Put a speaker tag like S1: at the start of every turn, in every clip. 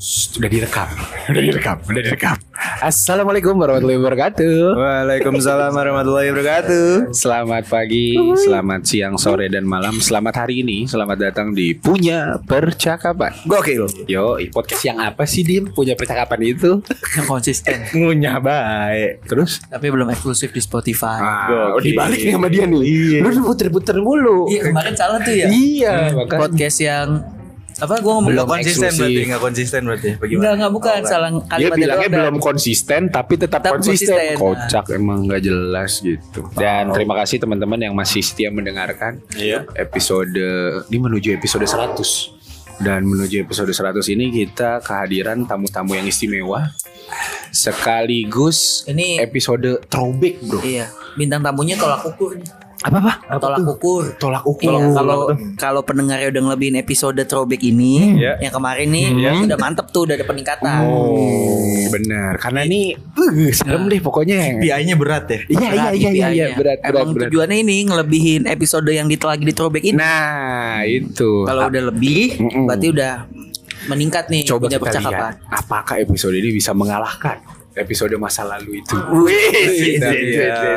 S1: Sudah direkam, sudah direkam, sudah direkam. Assalamualaikum warahmatullahi wabarakatuh.
S2: Waalaikumsalam warahmatullahi wabarakatuh.
S1: Selamat pagi, selamat siang, sore dan malam. Selamat hari ini, selamat datang di Punya Percakapan.
S2: Gokil.
S1: Yo, podcast yang apa sih Dim? Punya percakapan itu?
S3: yang konsisten
S2: Ngunyah baik.
S1: Terus?
S3: tapi belum eksklusif di Spotify.
S1: Ah,
S2: Gokil.
S1: dibalik nih sama dia nih. Lu udah puter-puter mulu.
S3: Iya kemarin salah tuh ya.
S1: Iya, makanya.
S3: Podcast yang apa gua ngomong
S1: Belum
S2: Belum Oh, konsisten
S1: eksklusif.
S2: berarti enggak konsisten berarti. Bagaimana?
S3: Enggak enggak bukan salah
S1: Dia
S3: kalimatnya
S1: bilangnya
S3: doang,
S1: belum
S3: Dan.
S1: konsisten tapi tetap,
S3: Tetap
S1: konsisten.
S3: konsisten.
S1: Kocak emang nggak jelas gitu. Dan terima kasih teman-teman yang masih setia mendengarkan
S2: Iya.
S1: episode ini menuju episode 100. Dan menuju episode 100 ini kita kehadiran tamu-tamu yang istimewa sekaligus
S3: Ini-
S1: episode throwback, Bro.
S3: Iya, bintang tamunya tolak ukur. nih.
S1: Apa, Pak?
S3: Tolak ukur.
S1: Tolak
S3: Iya,
S1: ukur.
S3: kalau kalau pendengarnya udah ngelebihin episode throwback ini
S2: Iya.
S3: yang kemarin nih udah mantep tuh udah ada peningkatan.
S1: Hmm. Oh, benar. Karena ini uh, serem deh pokoknya.
S2: BI-nya berat ya.
S1: Iya, iya, iya, iya,
S3: Berat
S1: iya,
S3: KPI-nya.
S1: berat, berat,
S3: Emang
S1: berat.
S3: tujuannya ini ngelebihin episode yang dit- lagi di throwback ini.
S1: Nah, itu.
S3: kalau udah lebih
S1: Mm-mm.
S3: berarti udah meningkat nih
S1: coba
S3: punya
S1: kita
S3: percakapan.
S1: lihat apakah episode ini bisa mengalahkan episode masa lalu itu.
S2: Ah.
S1: Iya,
S2: Iya,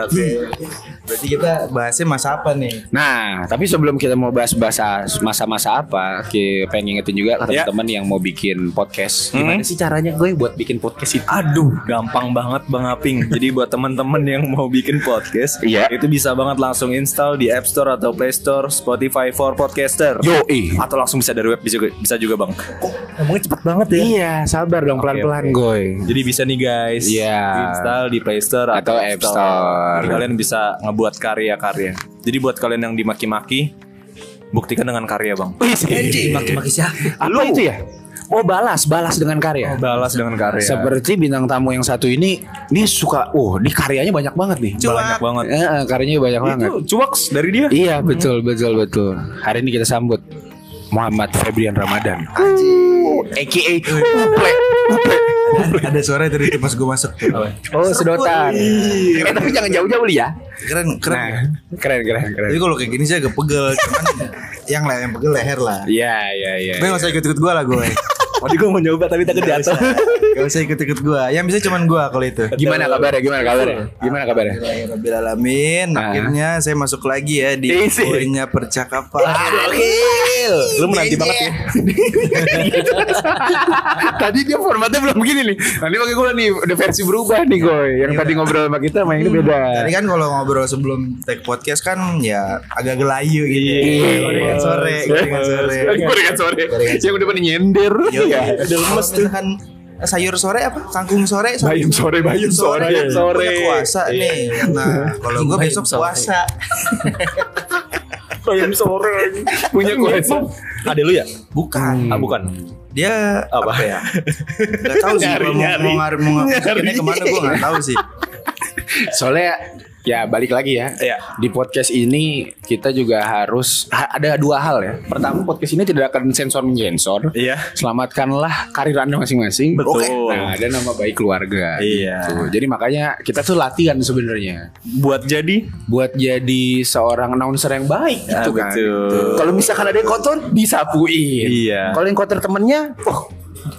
S2: Berarti kita bahasnya masa apa nih?
S1: Nah, tapi sebelum kita mau bahas-bahas masa-masa apa, ki- pengen ngingetin juga ke
S2: Ya. Hmm.
S1: teman-teman yang mau bikin podcast. Gimana sih caranya gue buat bikin podcast itu?
S2: Aduh, gampang banget Bang Aping. Jadi buat teman-teman yang mau bikin podcast,
S1: Iya.
S2: itu bisa banget langsung install di App Store atau Play Store Spotify for Podcaster.
S1: Yo, eh.
S2: Atau langsung bisa dari web bisa juga, bisa juga Bang. ngomongnya Nah, cepet banget ya.
S1: Iya, sabar dong pelan-pelan,
S2: oke.
S1: goy.
S2: Jadi bisa nih guys,
S1: Iya.
S2: install di Play Store
S1: Atau App Store.
S2: Jadi Kalian bisa ngebuat karya-karya. Jadi buat kalian yang dimaki-maki, buktikan dengan karya bang.
S3: Anjing, maki-maki siapa?
S1: Apa itu ya? Oh, balas, balas dengan karya.
S2: Oh, Balas dengan karya.
S1: Seperti bintang tamu yang satu ini, dia suka, oh, dia karyanya banyak banget nih.
S2: banyak banget.
S1: Eh, eh, karyanya banyak banget.
S2: Itu cuaks dari dia.
S1: Iya betul betul betul. Hari ini kita sambut Muhammad Febrian Ramadan. AKA Uple.
S4: ada suara dari itu pas gue masuk
S1: Oh sedotan. Keren, Eh, tapi jangan jauh-jauh li ya.
S4: keren keren
S1: Nah,
S4: ya?
S1: keren keren keren.
S4: tapi kalau kayak gini sih agak pegel cuman yang lah yang pegel leher lah
S1: Iya iya iya.
S4: tapi nggak usah ikut ikut gue lah gue
S2: Tadi gue mau nyoba tapi takut jatuh.
S4: nggak usah ikut ikut gue yang bisa cuman gue kalau itu
S1: Gimana kabarnya? Gimana kabarnya? Gimana kabarnya?
S4: Alhamdulillah, alamin
S1: Ah.
S4: akhirnya saya masuk lagi ya di
S1: Isi.
S4: punya percakapan
S2: Lu menanti banget ya.
S1: Tadi dia formatnya belum begini nih. Nanti pakai gue nih udah versi berubah nih gue. Yang tadi ngobrol sama kita main ini beda.
S4: Tadi kan kalau ngobrol sebelum take podcast kan ya agak gelayu gitu. ya.
S1: Iya.
S4: Gorengan sore, gorengan sore.
S1: kan Gorengan sore. Yang udah pada nyender.
S4: Iya, ada lemes tuh kan sayur sore apa kangkung sore sore
S1: Bayam sore, bayam sore.
S4: kan
S1: Sore. Iya.
S4: punya puasa nih nah kalau gue
S3: Bayam
S4: besok
S3: sore.
S4: puasa
S2: Pengen sore. Iya,
S1: Punya kuasa.
S2: Ada lu ya?
S4: bukan
S2: Ah bukan.
S4: dia apa, ya nggak tahu sih gua mau
S1: Nyari-nyari.
S4: mau ngar mau ngapainnya kemana gue nggak tahu sih
S1: Soalnya ya balik lagi ya.
S2: Iya.
S1: Di podcast ini kita juga harus ha- ada dua hal ya. Pertama podcast ini tidak akan sensor menyensor.
S2: Iya.
S1: Selamatkanlah karir Anda masing-masing.
S2: Betul.
S1: Nah, ada nama baik keluarga.
S2: Iya.
S1: gitu. Jadi makanya kita tuh latihan sebenarnya
S2: Buat jadi.
S1: buat jadi seorang announcer yang baik gitu
S2: Ah,
S1: kan.
S2: betul.
S1: Kalau misalkan ada yang kotor disapuin.
S2: Iya.
S1: Kalau yang kotor temennya, oh,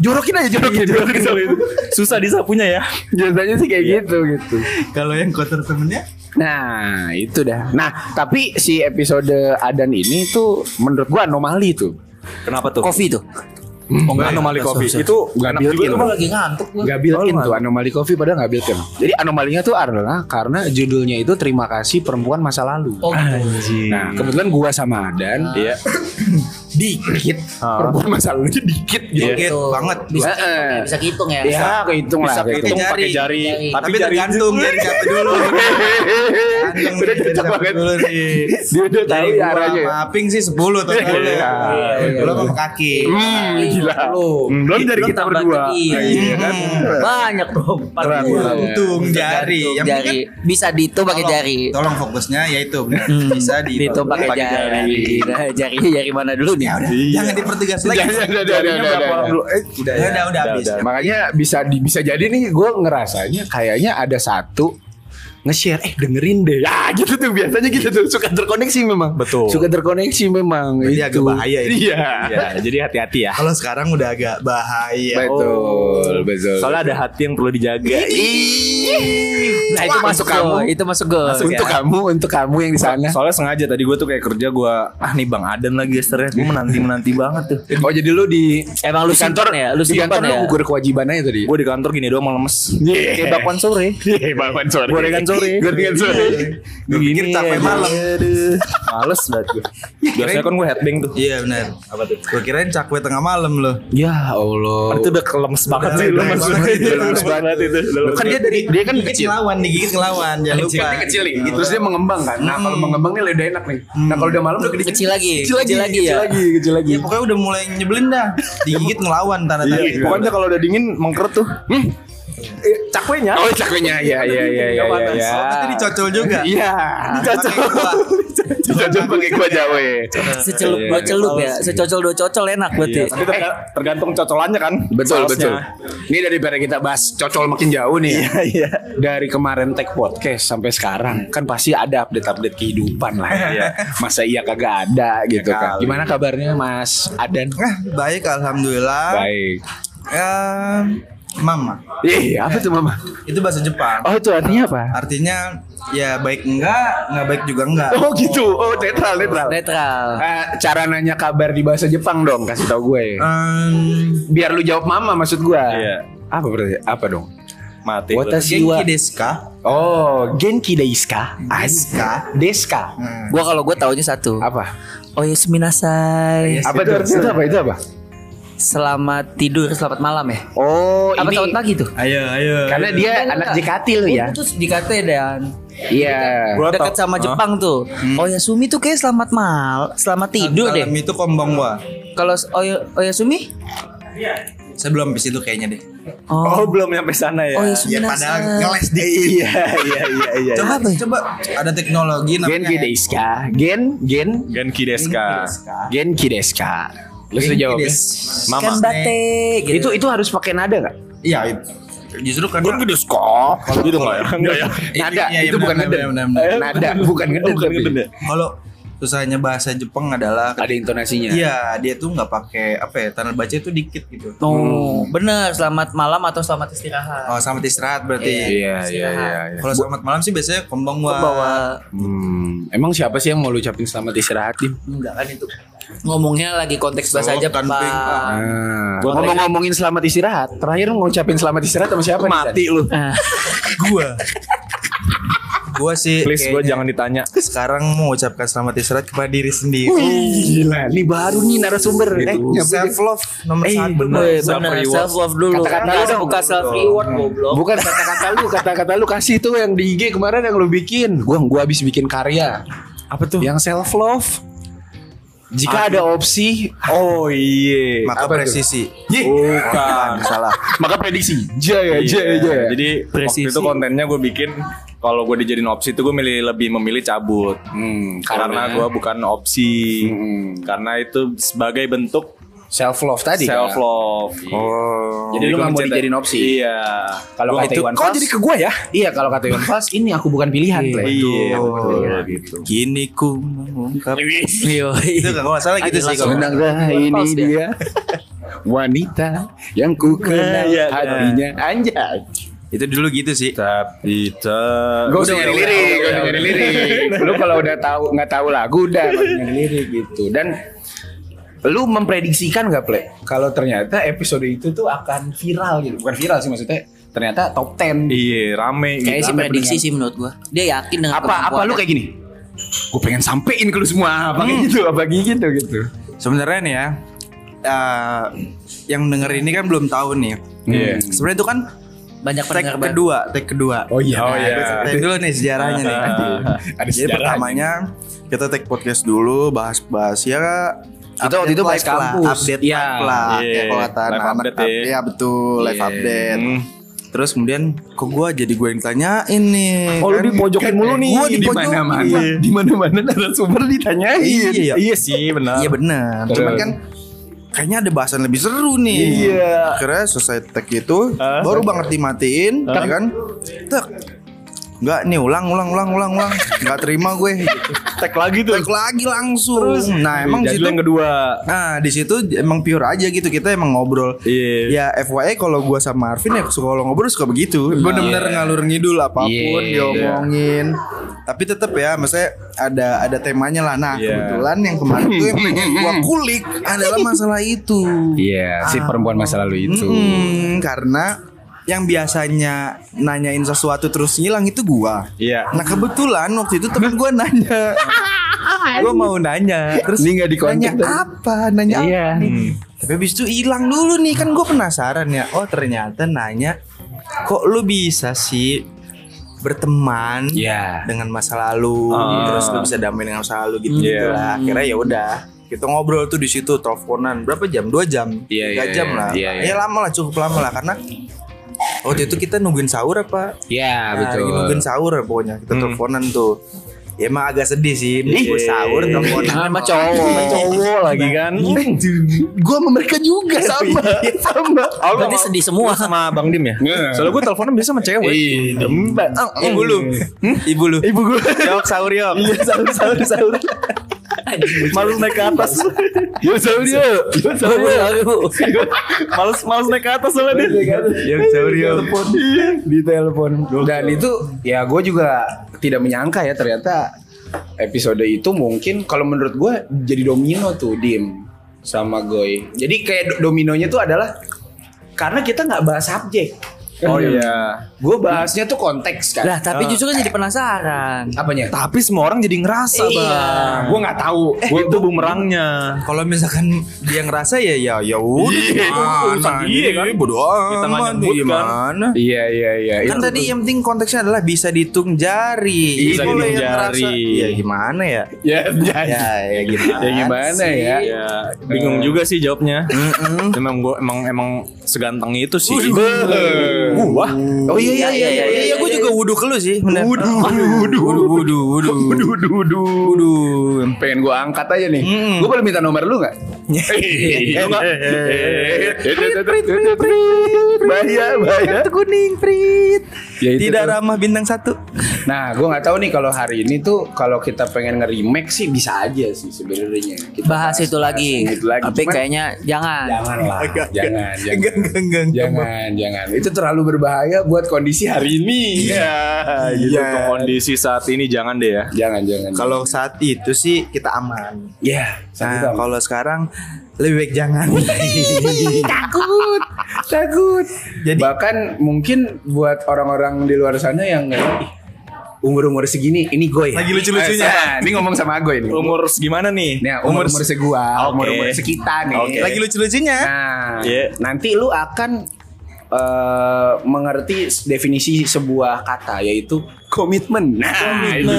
S1: jorokin aja jorokin. jorokin.
S2: Susah disapunya ya.
S1: Biasanya sih
S2: Iya.
S1: kayak gitu gitu.
S4: kalau yang kotor temennya
S1: Nah, itu dah. Nah, tapi si episode Adan ini tuh menurut gua anomali tuh.
S2: Kenapa tuh?
S3: Kopi tuh.
S2: Oh, enggak anomali kopi. Itu
S1: Nggak
S2: enak
S1: built-in.
S2: juga tuh,
S3: Gue
S2: Bang.
S3: lagi ngantuk gue.
S1: Gak built in tuh anomali coffee padahal gak built in. Jadi anomalinya tuh adalah karena judulnya itu terima kasih perempuan masa lalu.
S3: Oh gitu.
S1: Nah, kebetulan gua sama Adan
S2: Iya.
S1: dikit perempuan masa lalunya dikit gitu.
S3: Iya.
S4: Dikit banget.
S3: Bisa,
S1: Eh, eh.
S3: bisa hitung ya.
S1: Ya, kehitung lah.
S2: Bisa
S1: kehitung.
S2: hitung pakai jari,
S3: Jari.
S2: gitu. tapi
S4: tapi
S2: jari
S4: tergantung dari siapa dulu Tergantung
S1: Udah
S4: dari
S1: cocok
S4: siapa
S1: banget.
S4: dulu nih
S1: Dia udah tahu
S4: dari gua
S1: arahnya.
S4: sama Aping sih 10 total
S1: Iya.
S4: Belum sama kaki
S1: Hmm, gila.
S3: Lu.
S1: Hmm, Belum dari
S3: Lu
S1: kita
S3: tambah
S1: berdua.
S3: lagi.
S4: Iya kan?
S3: Banyak dong. empat
S4: Terlalu
S3: puluh.
S4: Tergantung jari. Yang penting kan
S3: Jari. Bisa dihitung pakai
S4: Tolong-
S3: jari.
S4: Tolong fokusnya yaitu benar. Bisa di
S3: Dihitung pakai jari. Nah, jarinya jari mana dulu nih?
S4: Ya udah,
S1: Iya.
S4: jangan dipertegas lagi.
S1: Udah, udah, udah, udah, udah, udah.
S4: Udah, udah, udah habis.
S2: udah.
S1: Makanya bisa di, bisa jadi nih gue ngerasanya kayaknya ada satu nge-share eh dengerin deh ya gitu tuh biasanya gitu tuh suka terkoneksi memang
S2: Betul.
S1: suka terkoneksi memang
S4: Berarti ya.
S1: itu
S4: agak bahaya ini.
S1: iya
S2: Ya, jadi hati-hati ya.
S4: Kalau sekarang udah agak bahaya.
S1: betul betul
S2: Soalnya ada hati yang perlu dijaga.
S3: Nah, itu
S1: Wah,
S3: masuk
S1: untuk kamu.
S3: kamu. Itu masuk Iya. gol.
S1: untuk kamu untuk kamu yang di sana
S2: Soalnya sengaja tadi gue tuh kayak kerja gue ah nih Bang Adan lagi esternya gue menanti menanti banget tuh.
S1: oh jadi lu di
S3: Emang lu
S1: di kantor
S3: simpen ya? Lu
S1: di kantor
S3: simpen ya?
S1: lu gugur kewajibannya tadi
S2: Gue di kantor gini doang mau lemes.
S1: Iya,
S2: Kayak bakwan sore.
S1: bangun sore.
S2: Gorengan sore.
S1: Gorengan sore.
S4: Gue pikir capek malam.
S2: Males banget gue. Biasanya kan gue headbang tuh.
S4: Iya benar. Apa tuh? Gue kirain cakwe tengah malam loh.
S1: Ya Allah.
S2: Itu udah kelemes banget
S4: Udah
S2: sih
S4: lemes
S2: lemes
S4: banget
S2: banget.
S4: itu,
S2: Lemes
S4: lemes
S2: banget itu. lemes
S1: Kan
S2: banget.
S1: dia dari dia kan
S4: Digigit
S1: kecil.
S4: ngelawan, digigit ngelawan. Jangan lupa. Gitu.
S1: Kecil, kecil nih. Terus dia mengembang kan. Nah, kalau mengembang nih udah enak nih. Nah, kalau udah malam udah gede-
S3: Kecil lagi,
S1: Kecil lagi,
S3: kecil lagi
S1: kecil
S3: ya.
S1: lagi, kecil lagi. Nah,
S4: Ya, pokoknya udah mulai nyebelin dah. Digigit ngelawan tanda-tanda. gitu.
S2: Iya, Pokoknya kalau udah dingin mengkeret tuh. Hmm. Eh, cakwenya.
S1: Oh, cakunya. Ya, ya, ya, ya, ya. ya.
S4: Tapi dicocol juga.
S1: Iya.
S4: Pakai kuah.
S1: Bisa coba pakai gua Jawa.
S3: Secelup dua celup ya. Secocol dua cocol enak berarti.
S2: Tapi terga- tergantung cocolannya kan.
S1: Betul,
S2: sausnya.
S1: betul. Ini daripada kita bahas cocol makin jauh nih. ya.
S2: Iya.
S1: dari kemarin tag podcast sampai sekarang kan pasti ada update-update kehidupan lah ya. Masa iya kagak ada gitu
S2: Ya
S1: kan.
S2: kali.
S1: Gimana kabarnya Mas Adan?
S4: Nah, baik alhamdulillah.
S1: Baik.
S4: Em, mama.
S1: Ih, Iya, apa tuh Mama?
S4: Itu bahasa Jepang.
S1: Oh, itu artinya apa?
S4: Artinya ya baik enggak, enggak baik juga enggak.
S1: Oh, gitu. Oh, netral, netral.
S3: Netral.
S1: Eh, cara nanya kabar di bahasa Jepang dong, kasih tau gue.
S4: Um,
S1: Biar lu jawab Mama maksud gue.
S2: Iya.
S1: Apa berarti? Apa dong?
S2: Mati.
S1: Watashi wa
S4: Genki desu ka?
S1: Oh, Genki desu ka? Aska. Deska.
S4: Hmm.
S3: Gua kalau gua taunya satu.
S1: Apa? Iya.
S3: Oh ya seminasai.
S1: Apa tuh? Itu apa? Itu apa?
S3: Selamat tidur, selamat malam ya.
S1: Oh,
S3: Apa
S1: ini
S3: selamat pagi tuh?
S4: Ayo, ayo.
S1: karena dia
S3: Enggak,
S1: anak
S3: enggak.
S1: JKT lu ya.
S3: Oh, Terus dikata dan
S1: Iya.
S2: Gua
S3: dekat
S2: tau.
S3: sama
S2: Hah?
S3: Jepang tuh. Oh ya Sumi tuh kayak selamat mal, selamat tidur deh.
S4: Dalam itu kombong wa.
S3: Kalau s- oh, iya, Oyo Oyasumi?
S4: Saya belum habis itu kayaknya deh.
S3: Oh,
S2: Oh, belum nyampe sana ya.
S3: oh Oyasumi.
S4: Ya padahal
S3: nasa.
S4: ngeles deh. Iya.
S2: iya iya iya.
S4: Coba
S3: Apa ya?
S4: coba ada
S1: Gen
S4: teknologi namanya.
S1: Kideska. Gen Gen
S2: Genki Deska.
S1: Gen Kideska. Lu sudah jawab ya?
S2: Mama.
S3: Kanbate kan gitu.
S1: Itu itu harus pakai nada nggak?
S4: Iya, justru karena
S2: Genki Deska. Gitu nggak ya? Enggak ya.
S1: Nada.
S4: iya, iya,
S1: itu bukan
S4: benar,
S1: nada.
S4: benar, benar, benar.
S1: Nada bukan nada.
S2: Bukan
S1: tapi.
S2: ngeden ya?
S4: Kalau susahnya bahasa Jepang adalah
S1: Ada intonasinya.
S4: Iya, dia tuh nggak pakai apa ya, tanda baca itu dikit gitu.
S3: Oh, bener selamat malam atau selamat istirahat.
S4: Oh, selamat istirahat berarti.
S1: Iya iya iya. iya.
S4: Kalau selamat malam sih biasanya kembang wa.
S3: Bahwa
S1: Hmm, emang siapa sih yang mau lu ucapin selamat istirahat Dim?
S3: enggak kan itu. Ngomongnya lagi konteks bahasa
S4: Oh,
S3: aja,
S4: kan, Ping.
S3: Pak.
S1: Ah, ngomong-ngomongin selamat istirahat, terakhir lu ngucapin selamat istirahat sama siapa? Nisan?
S2: Mati lu.
S3: Ah,
S4: gua. gua sih
S2: Please gue
S4: kayaknya
S2: jangan ditanya.
S4: sekarang mengucapkan selamat istirahat kepada diri sendiri.
S1: Wih, gila, ini baru nih narasumber. Eh,
S3: Oh,
S1: nyampe-
S4: Self love nomor
S1: Eh,
S4: satu.
S3: weh,
S2: Self
S3: iya, bener
S2: reward.
S3: self love dulu.
S1: Kata-kata
S3: Harus
S1: dong. Gitu
S3: buka self reward goblok.
S1: Bukan kata-kata lu, kata-kata lu kasih tuh yang di IG kemarin yang lu bikin. Gua gua habis bikin karya
S2: Apa tuh?
S1: yang self love. Jika ada opsi,
S2: Oh iya.
S4: Maka
S1: Apa tuh?
S4: presisi.
S3: Oh,
S2: Bukan.
S4: Salah.
S1: maka prediksi. Jaya,
S2: Iya,
S1: jaya, jaya.
S2: Jadi
S3: Presisi.
S2: waktu itu kontennya gue bikin kalau gue dijadiin opsi itu gue milih lebih memilih cabut
S1: Hmm,
S2: karena gue bukan opsi
S1: Mm-mm.
S2: karena itu sebagai bentuk
S1: self love tadi. ya? Iya.
S2: self love.
S4: Oh.
S1: Jadi lu nggak
S2: gua
S1: mau
S2: mencintai-
S1: dijadiin opsi?
S2: Iya.
S1: Kalau
S2: Gua
S1: kata
S2: itu-
S1: Iwan
S2: kok
S1: Fals-
S2: jadi ke gue ya?
S1: Iya, kalau kata Iwan Fals ini aku bukan pilihan, Play.
S2: Iya.
S4: betul.
S2: betul, gitu.
S4: Kini ku mengungkap.
S3: Iya.
S4: Itu kan kalau nggak salah gitu
S3: Ayo,
S4: sih.
S3: langsung.
S4: kalau-
S1: Benarkah
S3: Iwan
S1: ini
S3: Fals dia.
S1: dia wanita yang ku kenal
S2: Iya, kan.
S1: hatinya anjay.
S4: Itu dulu gitu sih.
S2: Tapi Iya. tak.
S1: Gak usah nyari lirik, gak usah nyari lirik. Lu kalau udah tahu nggak tahu lagu udah nggak usah nyari lirik gitu. Dan lu memprediksikan gak play kalau ternyata episode itu tuh akan viral gitu. Bukan viral sih maksudnya ternyata top 10.
S2: Iya, rame
S3: Kayaknya
S2: gitu.
S3: sih prediksi sih menurut gua. Dia yakin dengan
S1: Apa apa lu
S3: kemampuannya.
S1: kayak gini? Gue pengen sampein ke lu semua apa kayak gitu, apa kayak gitu gitu.
S4: Sebenarnya nih ya. eh, yang denger ini kan belum tahu nih.
S2: Iya.
S4: Sebenarnya itu kan
S3: banyak
S4: tag
S3: pendengar baru.
S4: kedua, tag kedua.
S1: Hmm. Oh iya.
S2: Oh, iya.
S4: Tag dulu nih sejarahnya nih.
S1: Ada
S4: Jadi
S1: sejarahnya.
S4: pertamanya kita take podcast dulu bahas-bahas ya
S1: Kita waktu
S4: update
S1: itu bahas
S4: life lah,
S1: kampus.
S4: update
S1: Iya.
S4: life lah,
S2: Iya.
S4: kayak kalau kata
S2: Live
S4: anak-anak
S2: update ya.
S4: ya betul live
S1: Iya.
S4: update.
S2: Hmm.
S4: Terus kemudian kok gua jadi gue yang ditanyain nih.
S1: Oh lu
S4: kan?
S1: dipojokin mulu nih
S4: Gua
S1: di
S4: dipojokin.
S1: mana-mana
S4: Iya.
S1: Di mana-mana narasumber ditanyain
S4: Iya.
S2: Iya sih, benar.
S4: Iya benar.
S1: Betul.
S4: Cuman kan kayaknya ada bahasan lebih seru nih.
S2: Iya.
S4: Akhirnya selesai tag itu
S2: Ah.
S4: baru banget dimatiin, ya kan? Tek. Enggak nih ulang ulang ulang ulang ulang Enggak terima gue gitu.
S2: Tag lagi tuh.
S4: Tag lagi langsung Nah emang
S2: Jadul
S4: situ
S2: yang kedua.
S4: Nah di situ emang pure aja gitu kita emang ngobrol.
S2: Iya.
S4: Ya FYI kalau gua sama Arvin ya suka kalau ngobrol suka begitu. Bener-bener ngalur ngidul apapun
S1: Iya.
S4: diomongin. Tapi tetap ya maksudnya ada ada temanya lah. Nah
S2: Iya.
S4: kebetulan yang kemarin tuh yang pengen gua kulik adalah masalah itu.
S1: Iya, si perempuan masa lalu itu.
S4: Mm-mm, karena yang biasanya nanyain sesuatu terus ngilang itu gua.
S2: Iya.
S4: Nah kebetulan waktu itu temen gua nanya. gua mau nanya. Terus
S1: Ini nggak dikontak
S4: nanya
S1: tadi.
S4: apa? Nanya apa?
S1: Iya.
S4: Tapi abis itu hilang dulu nih kan gue penasaran ya. Oh ternyata nanya kok lu bisa sih berteman
S1: Iya.
S4: dengan masa lalu
S2: Ah.
S4: terus lu bisa damai dengan masa lalu gitu gitu
S2: Iya.
S4: lah. Akhirnya ya udah kita ngobrol tuh di situ teleponan berapa jam? Dua jam?
S1: Iya,
S4: Tiga
S1: iya,
S4: jam
S1: iya.
S4: lah.
S1: Iya, iya.
S4: Ya lama lah cukup lama lah karena waktu itu kita nungguin sahur apa?
S1: Iya,
S4: Nah,
S1: betul.
S4: lagi nungguin sahur pokoknya kita teleponan tuh. Ya emang agak sedih sih, Iya. nunggu sahur teleponan.
S1: Nah, sama cowok. Nah, iya.
S2: Cowok lagi kan.
S1: Gua sama mereka juga sama. sama.
S2: Aku
S3: Berarti sedih semua.
S2: sama Bang Dim ya?
S1: Iya.
S2: Soalnya gue teleponan biasa sama cewek. Iya.
S1: Ih, dembat.
S4: Ibu lu,
S1: Hmm.
S4: ibu lu.
S2: Ibu gue.
S4: Yok sahur yok.
S2: Iya, sahur, sahur, sahur. Malu naik ke atas.
S1: Yo, sorry yo. Yo, sorry yo.
S2: Males, males naik ke atas soalnya dia.
S4: Yok sahur yok.
S1: Di telepon. Dan itu ya gue juga tidak menyangka ya ternyata episode itu mungkin kalau menurut gue jadi domino tuh dim sama Goy. Jadi kayak do- dominonya tuh adalah karena kita nggak bahas subjek.
S2: Oh iya.
S1: Gue bahasnya tuh konteks kan.
S3: Lah tapi justru kan jadi penasaran.
S1: Apanya? Iya.
S2: Tapi semua orang jadi ngerasa,
S4: Iya.
S2: Bang.
S1: Gue nggak tahu.
S2: Gua itu bumerangnya.
S4: Kalau misalkan dia ngerasa ya ya
S2: Iya,
S4: ya
S2: itu urusan
S4: udah.
S2: dia kan.
S4: Bodoh
S2: Kita nggak
S4: Iya, amat
S2: nyebut kan.
S4: gimana.
S1: Iya iya iya.
S4: Kan
S1: itu
S4: tadi
S1: tuh.
S4: yang penting konteksnya adalah bisa dihitung jari.
S2: Bisa
S4: Kalau
S2: dihitung
S4: yang ngerasa,
S2: jari. Eh,
S4: Ya gimana ya?
S1: ya, ya,
S4: Ya ya gimana.
S1: ya gimana
S4: sih?
S1: ya?
S2: Ya, bingung juga sih jawabnya. Iya,
S4: Mm-mm.
S2: Emang gua emang emang seganteng itu
S1: Oh,
S2: sih. gitu.
S1: Wah.
S4: Oh iya iya iya iya, iya,
S3: iya,
S4: gue
S3: iya,
S4: juga wudu ke lu sih. Bener. Wudu wudu wudu wudu wudu wudu wudu.
S1: pengen gue angkat aja nih. Gue boleh minta nomor lu nggak? Eh, nggak? Bahaya, bahaya.
S4: Kartu kuning prit.
S1: Ya, itu
S4: Tidak
S1: tuh.
S4: ramah bintang satu.
S1: Nah, gue nggak tahu nih kalau hari ini tuh kalau kita pengen nge-remake sih bisa aja sih sebenarnya. Kita
S3: Bahas itu
S1: bahas
S3: lagi.
S1: Itu lagi.
S3: Tapi
S1: Cuman Ya,
S3: kayaknya jangan.
S1: jangan lah,
S4: Agak-
S1: jangan,
S4: Enggak
S1: jangan.
S4: enggak enggak.
S1: Jangan, jangan. Itu terlalu berbahaya buat kondisi hari ini.
S2: Iya, gitu
S4: Iya.
S2: Untuk kondisi saat ini jangan deh ya.
S1: Jangan, jangan.
S4: Kalau saat itu sih kita aman.
S1: ya,
S4: Nah,
S1: satu tahun.
S4: kalau sekarang lebih baik jangan.
S1: takut, takut.
S4: Jadi-
S1: bahkan mungkin buat orang-orang di luar sana yang nggak umur umur segini ini gue ya.
S4: Lagi lucu-lucunya.
S1: Eh, sama. ini ngomong sama gue ini.
S2: Umur gimana nih?
S1: Nah, umur umur segua,
S2: Oke.
S1: umur umur sekitar nih.
S2: Oke.
S4: Lagi lucu-lucunya.
S1: Nah,
S2: Iya.
S1: nanti lu akan eh, mengerti definisi sebuah kata yaitu komitmen. Nah, gitu.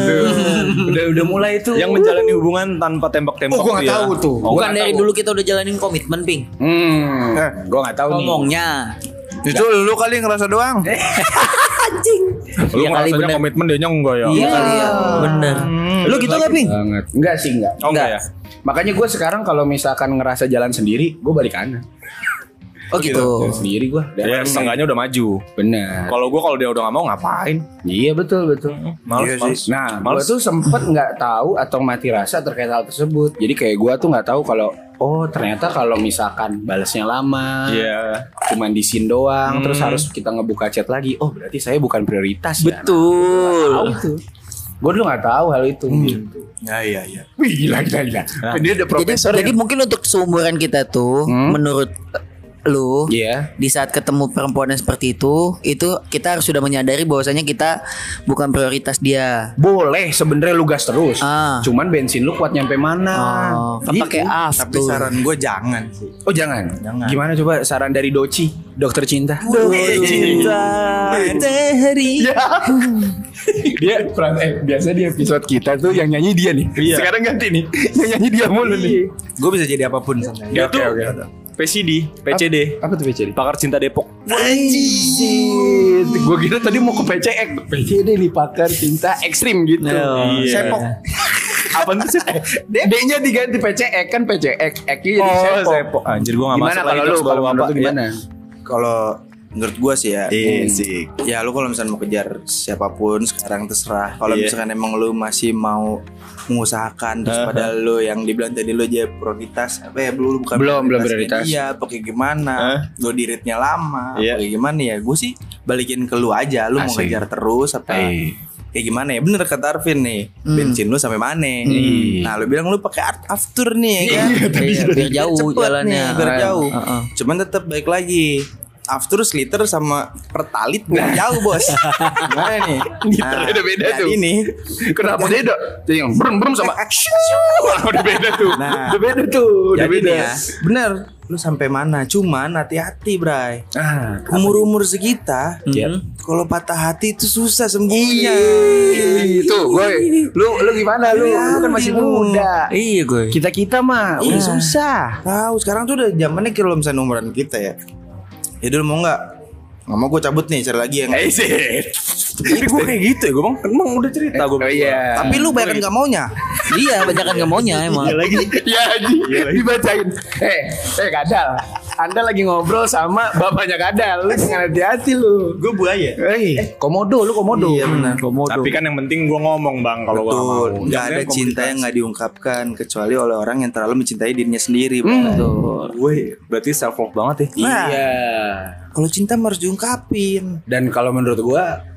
S1: Udah udah mulai itu.
S2: yang menjalani hubungan tanpa tembak-tembak.
S1: Oh, gua nggak
S2: tuh ya.
S1: tahu tuh.
S2: Oh,
S3: Bukan
S2: nggak
S3: dari
S2: tahu.
S3: dulu kita udah jalanin komitmen, Ping.
S1: Hmm,
S4: Eh,
S1: gue nggak tahu nih.
S3: Ngomongnya.
S4: Itu lu kali yang ngerasa doang.
S2: Lu
S3: Iya kali
S2: ngerasanya
S3: bener.
S2: komitmen dia nya enggak ya?
S3: Iya kali ya. Bener. Lu gitu gak, Ping?
S1: Banget. Enggak sih, enggak.
S2: Oh enggak ya.
S1: Makanya gue sekarang kalau misalkan ngerasa jalan sendiri, gue balik kanan.
S3: Oh gitu.
S1: Jalan sendiri gue.
S2: Ya setengahnya udah maju.
S1: Nah. Bener.
S2: Kalau gua kalau dia udah nggak mau ngapain?
S1: Iya betul betul.
S2: Males,
S4: Iya sih.
S2: males.
S1: Nah, gue
S2: Males.
S1: tuh sempet nggak tahu atau mati rasa terkait hal tersebut. Jadi kayak gue tuh nggak tahu kalau oh ternyata kalau misalkan balasnya lama,
S2: Iya.
S1: cuman di scene doang,
S2: Hmm.
S1: terus
S3: Mm.
S1: harus kita ngebuka chat lagi. Oh berarti saya bukan prioritas.
S3: Betul.
S1: Gue dulu nggak tahu hal itu.
S3: Mm.
S1: Gitu.
S4: Ya iya iya.
S1: Wih gila gila gila.
S3: Nah.
S1: Dia udah
S3: Jadi,
S1: profesor.
S3: jadi mungkin untuk seumuran kita tuh, menurut eh, lu,
S1: Iya.
S3: di saat ketemu perempuan yang seperti itu, itu kita harus sudah menyadari bahwasanya kita bukan prioritas dia.
S1: Boleh sebenarnya lu gas terus.
S3: Ah.
S1: Cuman bensin lu kuat nyampe mana?
S3: Oh, kan
S1: Gitu.
S3: pakai af
S4: Tapi
S3: tuh.
S4: saran gue jangan sih.
S1: Oh jangan.
S4: Jangan.
S1: Gimana coba saran dari Doci, dokter cinta.
S4: Cinta.
S3: Iya.
S1: dia Fran- eh, biasa di episode kita tuh yang nyanyi dia nih.
S4: Iya.
S2: Iya.
S1: Sekarang ganti nih. Yang nyanyi dia mulu nih.
S4: Gue bisa jadi apapun santai.
S2: Dia tuh PCD, PCD.
S1: Apa tuh PCD?
S2: Pakar cinta Depok.
S1: Anjir. Gue kira tadi mau ke PCX. PCD nih pakar cinta ekstrim gitu.
S2: Iya. Oh,
S1: Sepok.
S2: Apa tuh sepok?
S1: D-nya diganti PCX kan PCX. X-nya jadi
S2: Oh,
S1: sepok.
S2: sepok. Anjir gua nggak
S1: Gimana
S2: masuk lagi
S1: kalau lu
S2: terus
S1: kalau
S2: bapak
S1: menurut lu
S2: ya.
S1: gimana?
S4: Kalau menurut gua sih ya
S5: Iya sih.
S4: ya lu kalau misalnya mau kejar siapapun sekarang terserah kalau
S5: Iya.
S4: misalkan emang lu masih mau mengusahakan terus padahal lu yang dibilang tadi lu aja prioritas apa ya lu bukan
S1: Belum, belum prioritas.
S4: iya pakai gimana
S5: Hah?
S4: lu diritnya lama
S5: Iya.
S4: pakai gimana ya gue sih balikin ke lu aja lu mau
S1: Asik. Iya.
S4: kejar terus apa
S1: Nah.
S4: kayak gimana ya bener kata Arvin nih
S3: Hmm.
S4: bensin lu sampai mana
S1: Hmm.
S4: nah lu bilang lu pakai art after nih ya kan
S3: Iya, biar jauh
S4: cepet
S3: jalannya.
S4: nih, biar
S3: Ah,
S4: jauh
S3: ah, ah.
S4: cuman tetap baik lagi after liter sama pertalit bukan jauh bos gimana nih
S1: Liternya udah beda
S4: dan
S1: Nah. tuh.
S4: ini
S1: Kenapa beda? Jadi yang berem berem sama Wah, udah beda tuh.
S4: Nah.
S1: udah beda tuh, udah
S4: jadi
S1: beda.
S4: nih ya bener lu sampai mana cuman hati-hati bray
S1: Ah,
S4: umur-umur segitar
S1: Hmm.
S4: kalau patah hati itu susah sembuhnya
S1: itu gue. Lu lu gimana lu? Iya. Lu kan masih
S4: Iya, lu.
S1: muda.
S3: Iya gue.
S1: Kita-kita mah udah
S4: Iya.
S1: susah.
S4: Tahu sekarang tuh udah zamannya kalau misalnya umuran kita ya. Ya dulu mau nggak? Nggak mau gue cabut nih cari lagi yang.
S1: Eh sih.
S2: Tapi gue kayak gitu ya, gue bang, emang udah cerita gue.
S1: Oh iya.
S4: Tapi lu banyak nggak maunya.
S3: iya, banyak kan nggak maunya emang.
S5: lagi.
S1: Iya Haji, dibacain. Eh, eh Kadal, Anda lagi ngobrol sama bapaknya Kadal. Lu jangan hati-hati lu.
S5: Gue buaya.
S1: Eh, komodo, lu komodo.
S4: Iya, benar.
S1: Komodo.
S2: Tapi kan yang penting gue ngomong bang kalau gue mau.
S4: Betul. Nggak
S2: Jangan
S4: ada
S2: yang
S4: cinta yang nggak diungkapkan kecuali oleh orang yang terlalu mencintai dirinya sendiri.
S2: Hmm,
S3: Tuh.
S2: komplikasi. Woi, berarti self love banget ya.
S4: Nah,
S1: Iya.
S4: kalau cinta mah harus diungkapin.
S1: Dan kalau menurut gua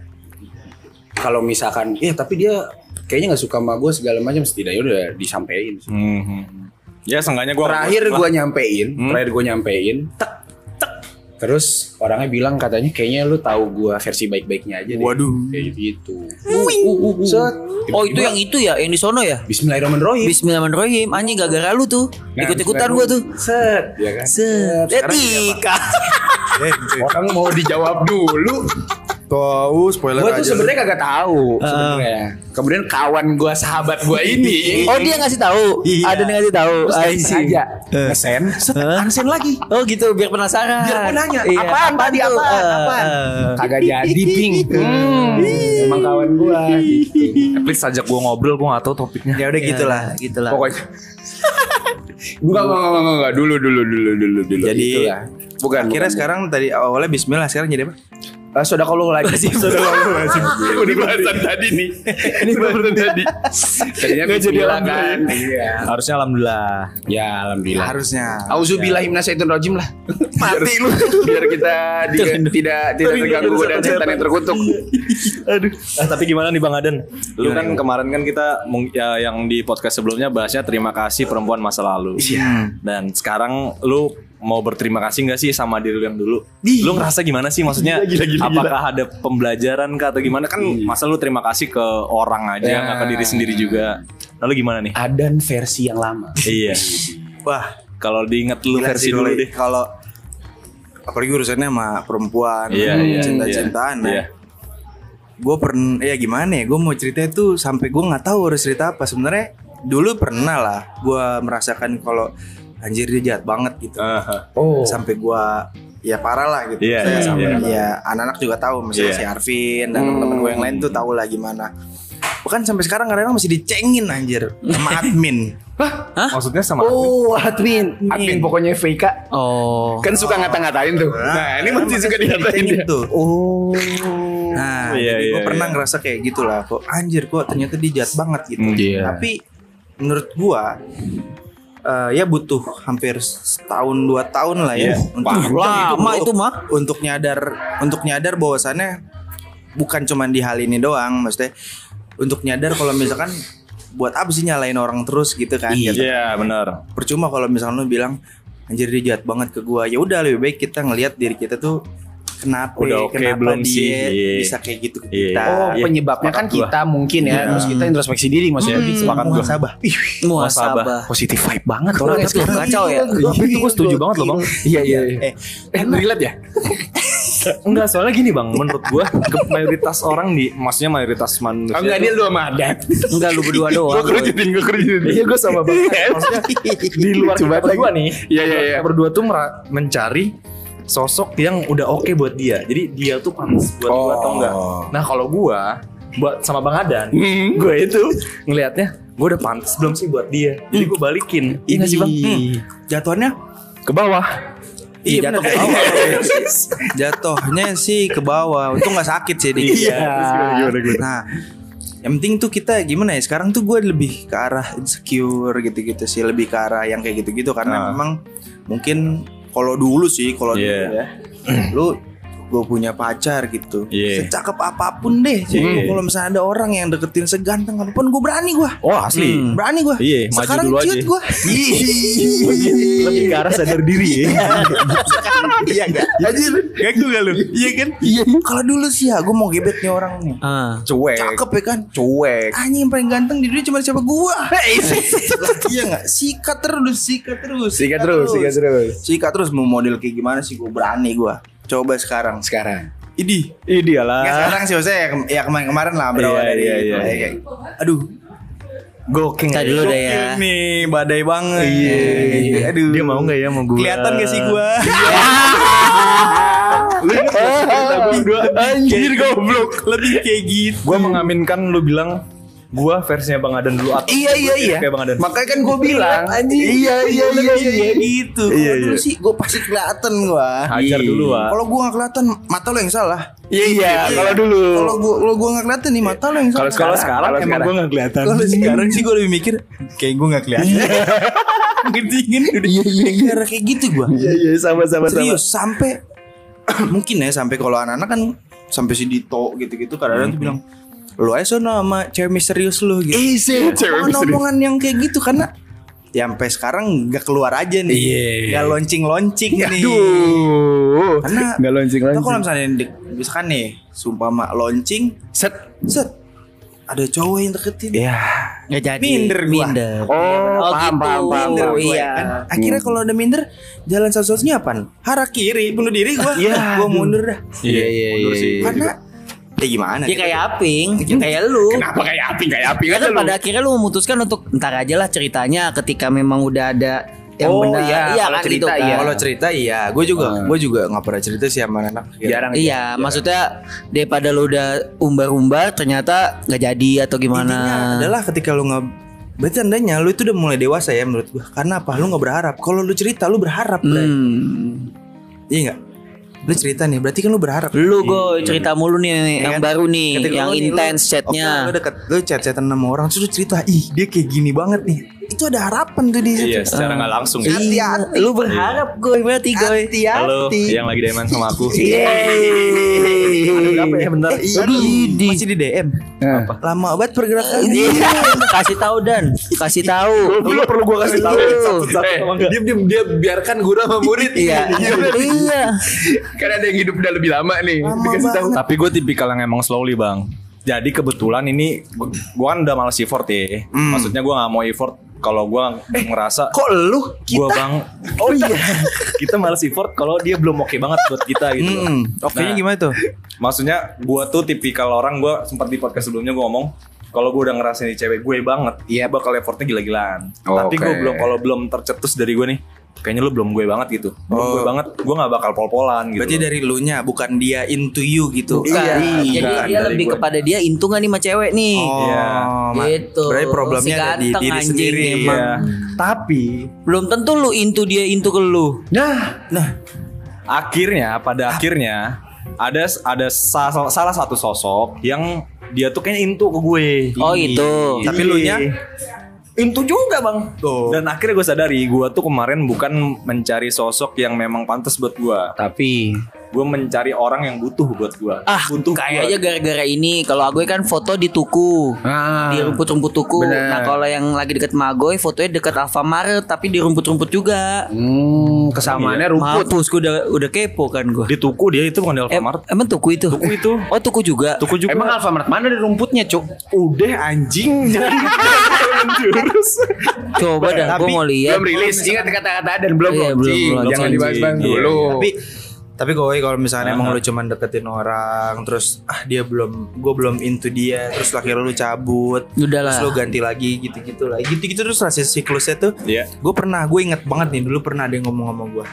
S1: kalau misalkan, ya tapi dia kayaknya nggak suka sama gua segala macam setidaknya udah disampein. sih.
S2: Mhm. Ya seenggaknya gue
S1: Terakhir gua nyampein,
S2: Hmm.
S1: terakhir gua nyampein, tek tek. Terus orangnya bilang katanya kayaknya lu tahu gua versi baik-baiknya aja deh.
S2: Waduh.
S1: Kayak gitu. Uh, uh, uh, uh. Set.
S3: Oh itu yang itu ya, yang di sono ya?
S1: Bismillahirrahmanirrahim.
S3: Bismillahirrahmanirrahim, anjing gak gara lu tuh.
S1: Nah,
S3: Ikut-ikutan gua tuh.
S1: Set, ya kan?
S3: Set. Eh, Tika.
S1: Orang mau dijawab dulu.
S4: Tahu spoiler
S1: Gue tuh sebenarnya kagak tahu sebenarnya. Kemudian kawan gue sahabat gue ini
S3: Oh dia ngasih tahu,
S4: Iya.
S3: ada yang ngasih tahu.
S1: terus
S3: I
S1: kayak
S3: see.
S1: sengaja ngesen, set, ansen lagi.
S3: Oh gitu, biar penasaran.
S1: Biar gua nanya,
S3: Iya,
S1: apaan tadi,
S3: tuh?
S1: apaan,
S3: Eh,
S1: apaan?
S3: eh.
S1: Kagak jadi ping. Hmm, emang kawan gue gitu.
S2: please ajak gue ngobrol, gue gak tau topiknya.
S4: Ya
S3: Iya.
S4: udah gitulah.
S3: gitulah.
S1: Pokoknya. Enggak, enggak, enggak, enggak, enggak. Dulu, dulu, dulu, dulu, dulu. ya.
S4: Jadi
S1: Gitulah.
S2: Kan
S1: bukan.
S4: Akhirnya
S1: bukan. Iya,
S4: sekarang tadi awalnya Bismillah sekarang jadi apa?
S1: Eh, sudah kalau lagi. Sudah kalau lagi. Ini bahasan tadi nih. Ini bahasan tadi. Tadinya jadi kan. Iya.
S2: Harusnya alhamdulillah.
S1: Ya
S2: Iya.
S1: alhamdulillah.
S4: Harusnya.
S1: Auzubillah minasyaitonir rajim lah. Iya. Mati lu. Biar kita di- tidak tidak terganggu dan setan yang terkutuk.
S2: Aduh. tapi gimana nih Bang Aden? Lu kan kemarin kan kita mung- ya, yang di podcast sebelumnya bahasnya terima kasih perempuan masa lalu.
S4: Iya.
S2: Dan sekarang lu mau berterima kasih nggak sih sama diri lu yang dulu? Lu ngerasa gimana sih maksudnya? apakah ada pembelajaran kah atau gimana? Kan masa lu terima kasih ke orang aja,
S1: Ya.
S2: nggak ke diri sendiri juga. Lalu gimana nih?
S1: Adan versi yang lama.
S2: iya.
S4: Wah,
S2: Kalau diinget lu
S4: Gila
S2: versi
S4: sih
S2: dulu
S4: doi.
S2: deh.
S4: Kalau apalagi urusannya sama perempuan,
S2: Iya,
S4: sama
S2: iya,
S4: cinta-cintaan.
S2: iya.
S4: nah.
S1: nah.
S2: Iya.
S4: Gue pernah, ya gimana ya? Gue mau cerita itu sampai gue nggak tahu harus cerita apa. Sebenarnya dulu pernah lah, gue merasakan kalau anjir dia jahat banget gitu.
S1: Oh.
S4: Sampai gue ya parah lah gitu.
S2: Iya,
S4: Saya
S2: iya,
S4: sampai-
S2: iya.
S4: ya anak-anak juga tahu, misalnya
S2: Iya.
S4: si Arvin dan teman-teman gue yang lain tuh tahu lah gimana. Bahkan sampai sekarang kadang masih dicengin anjir sama admin.
S2: Maksudnya sama
S1: Oh, admin. Admin pokoknya VK.
S3: Oh.
S1: Kan suka ngata-ngatain tuh. Nah, ini masih suka dikatain
S4: Dicengin
S1: dia.
S4: tuh.
S1: Oh.
S4: Nah,
S2: Iya,
S4: jadi gue
S2: iya,
S4: pernah
S2: iya.
S4: ngerasa kayak gitulah kok anjir kok ternyata dia jahat banget gitu.
S2: Hmm,
S1: iya.
S4: Tapi menurut gua eh, ya butuh hampir setahun dua tahun lah
S2: Iya.
S4: ya untuk
S3: Lama itu mah.
S4: untuk nyadar untuk nyadar bahwasannya bukan cuman di hal ini doang maksudnya untuk nyadar kalau misalkan buat apa sih nyalain orang terus gitu kan
S2: Iya,
S4: gitu.
S2: benar.
S4: percuma kalau misalkan lu bilang anjir dia jahat banget ke gua ya udah lebih baik kita ngelihat diri kita tuh kenapa ya,
S2: Udah oke
S4: kenapa
S2: belum
S4: dia
S2: sih? Iya.
S4: bisa kayak gitu ke
S2: Iya.
S4: kita
S1: Oh,
S2: Iya,
S1: penyebabnya kan
S2: sepakat Iya.
S1: kita mungkin ya. Terus kita introspeksi diri maksudnya.
S2: sepakat gua.
S4: Muhasabah.
S2: Muasabah.
S3: Muasabah.
S1: Positif vibe banget
S3: Orang
S1: orangnya
S3: itu
S1: sekarang.
S3: kacau ya.
S2: Tapi itu gue setuju banget loh bang.
S1: Iya, iya. iya.
S4: Eh,
S1: Eh, relate ya?
S2: Enggak soalnya gini bang, menurut gue ke- mayoritas orang di, maksudnya mayoritas manusia.
S1: Oh, enggak,
S2: tuh-
S1: dia lu sama Adan.
S3: Enggak lu berdua doang.
S1: Gue kerucutin, gue kerucutin.
S2: Iya gue sama bang. Maksudnya di luar
S1: Lucu
S2: kita
S1: banget
S2: berdua
S1: lagi.
S2: nih.
S1: Iya, iya, iya.
S2: Kita berdua tuh mera- mencari sosok yang udah oke buat dia. Jadi dia tuh pantas buat gue atau enggak.
S1: Oh.
S2: Nah kalau gue buat sama Bang Adan,
S1: Hmm.
S2: gue itu ngelihatnya gue udah pantas belum sih buat dia. Jadi gue balikin. Iya nggak sih bang?
S4: jatuhannya
S2: Ke bawah.
S4: Iya,
S2: jatuh ke
S4: bener.
S2: bawah.
S4: Jatuhnya sih ke bawah. Untung nggak sakit sih dikit.
S2: Iya.
S4: Nah, yang penting tuh kita gimana ya sekarang tuh gue lebih ke arah insecure gitu-gitu sih lebih ke arah yang kayak gitu-gitu
S1: Ah.
S4: karena memang mungkin kalau dulu sih kalau dulu
S2: Iya.
S4: ya lu gue punya pacar gitu
S2: Iya.
S4: secakep apapun deh
S2: Iya.
S4: kalau misalnya ada orang yang deketin seganteng apapun gue berani gue
S2: Oh asli.
S4: berani gue
S2: Iya, maju
S4: sekarang Iya.
S2: dulu aja.
S4: ciut gue
S2: Lebih ke arah sadar diri ya.
S4: iya gak anjir gak tuh gak lu iya kan iya kalau dulu sih ya gue mau gebet nih orang nih
S3: Ah.
S1: Cuek.
S4: cakep ya kan
S1: Cuek.
S4: Anjing yang paling ganteng di dunia cuma siapa gua. Lah, iya enggak? Sikat terus, sikat terus.
S1: Sikat terus, sikat terus.
S4: Sikat terus mau model kayak gimana sih gua berani gua. Coba sekarang.
S1: Sekarang.
S4: Idi. Enggak
S2: Idealah.
S4: sekarang sih maksudnya ya, kem- ya kemarin-kemarin lah berawal
S2: Ah. Iya,
S4: dari
S2: iya, iya,
S4: kayak- kayak- Aduh,
S2: Gokeng.
S3: Kita dulu deh ya.
S4: nih badai banget. Iya, gitu. Aduh.
S2: Dia mau nggak ya sama gua?
S4: Kelihatan gak sih gua?
S1: Ah,
S2: Anjir goblok.
S4: Lebih kayak gitu.
S2: Gua mengaminkan lu bilang gua versinya Bang Adan dulu atau
S1: Iya iya
S2: gua
S1: iya.
S2: kayak Bang Adan.
S1: Makanya kan gue bilang. Iya iya iya
S4: Lebih
S1: iya.
S4: kayak gitu.
S2: Iya,
S4: Kalau dulu
S2: iya.
S4: sih gua pasti kelihatan gua.
S2: Hajar dulu, Wak.
S4: Kalau gua gak kelihatan, mata lo yang salah.
S1: Iya iya. Kalau dulu.
S4: Kalau gua kalau gua gak kelihatan nih mata lo yang salah.
S1: Kalau sekarang, kalau sekarang.
S2: gua nggak kelihatan.
S4: Kalau sekarang Iya. sih gue lebih mikir kayak gue gak kelihatan. Mungkin dingin udah Gara kayak gitu gue.
S2: Iya iya sama-sama sama.
S4: Serius sampai mungkin ya sampai kalau anak-anak kan sampai si Dito gitu-gitu kadang-kadang tuh bilang lu aja sono sama cewek misterius lu gitu.
S1: Isi cewek
S4: Omongan,
S1: misterius.
S4: omongan yang kayak gitu karena ya sampai sekarang gak keluar aja nih. Gak loncing-loncing nih.
S1: Iya. Aduh.
S4: Karena
S1: Nggak
S4: Atau kalau
S1: lonceng-lonceng.
S4: misalnya di- misalkan nih sumpah mak loncing
S1: Set.
S4: set ada cowok yang deketin.
S1: Iya.
S3: Nggak jadi.
S4: Minder gua.
S3: Minder. gitu.
S1: Oh, paham, paham, paham, ya.
S4: minder
S1: paham.
S4: gue
S3: Iya.
S4: kan. Akhirnya kalau udah minder jalan satu-satunya apa? Hara kiri bunuh diri gua. Iya. gua mundur dah.
S1: Iya iya iya. Oh,
S4: Karena ya gimana?
S3: Ya kayak Aping, ya kayak lu.
S1: Kenapa kayak api kayak api
S3: Ya
S1: aja
S3: kan
S1: lu?
S3: pada akhirnya lu memutuskan untuk ntar aja lah ceritanya ketika memang udah ada yang
S1: Oh,
S3: benar.
S1: iya.
S3: iya
S1: Kalau
S3: kan
S1: cerita,
S3: gitu kan.
S1: iya.
S4: Kalau cerita iya, gue juga,
S1: Ah.
S4: gue juga nggak pernah cerita sih sama anak.
S1: Jarang.
S3: Iya, maksudnya daripada lu udah umbar-umbar ternyata nggak jadi atau gimana.
S4: Intinya adalah ketika lu nggak Berarti tandanya lu itu udah mulai dewasa ya menurut gua. Karena apa? Lu nggak berharap. Kalau lu cerita lu berharap, Bray.
S3: Hmm.
S4: Iya nggak? Lu cerita nih, berarti kan lu berharap.
S3: Lu go cerita mulu nih yang
S4: kan?
S3: baru nih,
S4: Ketika
S3: yang
S4: lu nih, lu-
S3: intens chatnya.
S4: Oke, lu deket, lu chat-chatan sama orang terus lu cerita, ih dia kayak gini banget nih. Itu ada harapan tuh di situ.
S2: Iya, secara nggak langsung ya.
S3: Iya, lu berharap gue berarti gue.
S2: Halo, yang lagi demen sama aku.
S1: Aduh,
S2: Ada
S1: kenapa
S2: berapa ya bentar?
S3: iya.
S4: Aduh, masih di DM.
S1: Eh.
S4: Apa? Lama banget pergerakannya.
S3: Iya, kasih tahu dan kasih tahu.
S2: Lu perlu gua kasih tahu.
S3: Iya.
S2: Satu-satu
S1: Eh,
S2: sama enggak?
S1: Diam diam dia biarkan guru sama murid.
S3: Iya, iya.
S1: Kan ada yang hidup udah lebih lama nih.
S4: Lama
S1: Dikasih tahu.
S2: Tapi gue tipikal yang emang slowly bang. Jadi kebetulan ini gu- gua kan udah males effort ya. Maksudnya gua nggak mau effort kalau gua ngerasa
S4: Hmm. Eh, Kok lu
S2: gua bang. Oh iya. kita males effort kalau dia belum oke banget buat kita gitu. loh.
S4: Hmm, oke
S2: Nah,
S4: gimana tuh?
S2: Maksudnya gua tuh tipikal orang gua sempat di podcast sebelumnya gua ngomong kalau gua udah ngerasain ini cewek gue banget, iya bakal effortnya gila-gilaan.
S4: Oh,
S1: Oke.
S2: Tapi gue belum kalau belum tercetus dari gue nih, kayaknya lu belum gue banget gitu. Belum gue banget, gue nggak bakal pol-polan gitu.
S4: Oh. Berarti
S2: loh.
S4: dari lu nya bukan dia into you gitu.
S3: Bukan. Jadi
S2: Iya, bukan
S3: dia
S2: dari
S3: lebih
S2: gue.
S3: kepada dia intungan nih sama cewek nih.
S4: Oh,
S2: Iya.
S4: ma-
S3: Gitu.
S4: Berarti problemnya
S3: Si
S4: ada di
S3: ganteng
S4: diri
S3: anjing
S4: sendiri.
S3: emang.
S2: Iya. Tapi
S3: Belum tentu lu intu dia intu ke lu.
S2: Nah, akhirnya pada akhirnya ada ada sa- salah, satu sosok yang dia tuh kayaknya intu ke gue.
S3: Oh, itu.
S2: Tapi lu nya intu juga bang.
S4: Tuh.
S2: Dan akhirnya gue sadari gue tuh kemarin bukan mencari sosok yang memang pantas buat gue.
S1: Tapi
S2: Gue mencari orang yang butuh buat gue.
S3: Ah,
S2: butuh
S3: kayaknya
S2: buat-
S3: gara-gara ini kalau gue kan foto di tuku.
S1: ah,
S3: Di rumput-rumput tuku.
S1: Bener.
S3: Nah, kalau yang lagi deket Magoy fotonya deket Alfamart tapi di rumput-rumput juga.
S1: hmm, kesamaannya rumput.
S3: Mampus gue udah udah kepo kan gue.
S2: di tuku dia itu bukan di
S3: Em,
S2: Alfamart.
S3: emang tuku itu?
S2: tuku itu.
S3: Oh, tuku juga.
S2: Tuku juga.
S1: Emang Alfamart mana ada rumputnya, Cuk?
S2: udah anjing jangan menjurus.
S3: Coba dah gue mau lihat.
S1: Belum rilis, ingat kata-kata dan belum
S3: Iya,
S1: launching.
S3: belum launching.
S1: Jangan dibahas-bahas
S2: Iya.
S1: dulu.
S4: Tapi tapi gue kalau misalnya emang lu cuman deketin orang terus ah dia belum gue belum into dia terus akhirnya lu cabut
S3: Udahlah.
S4: terus lu ganti lagi gitu-gitu lah gitu-gitu terus rasa siklusnya tuh
S2: Iya.
S4: gue pernah gue inget banget nih dulu pernah ada yang ngomong sama gue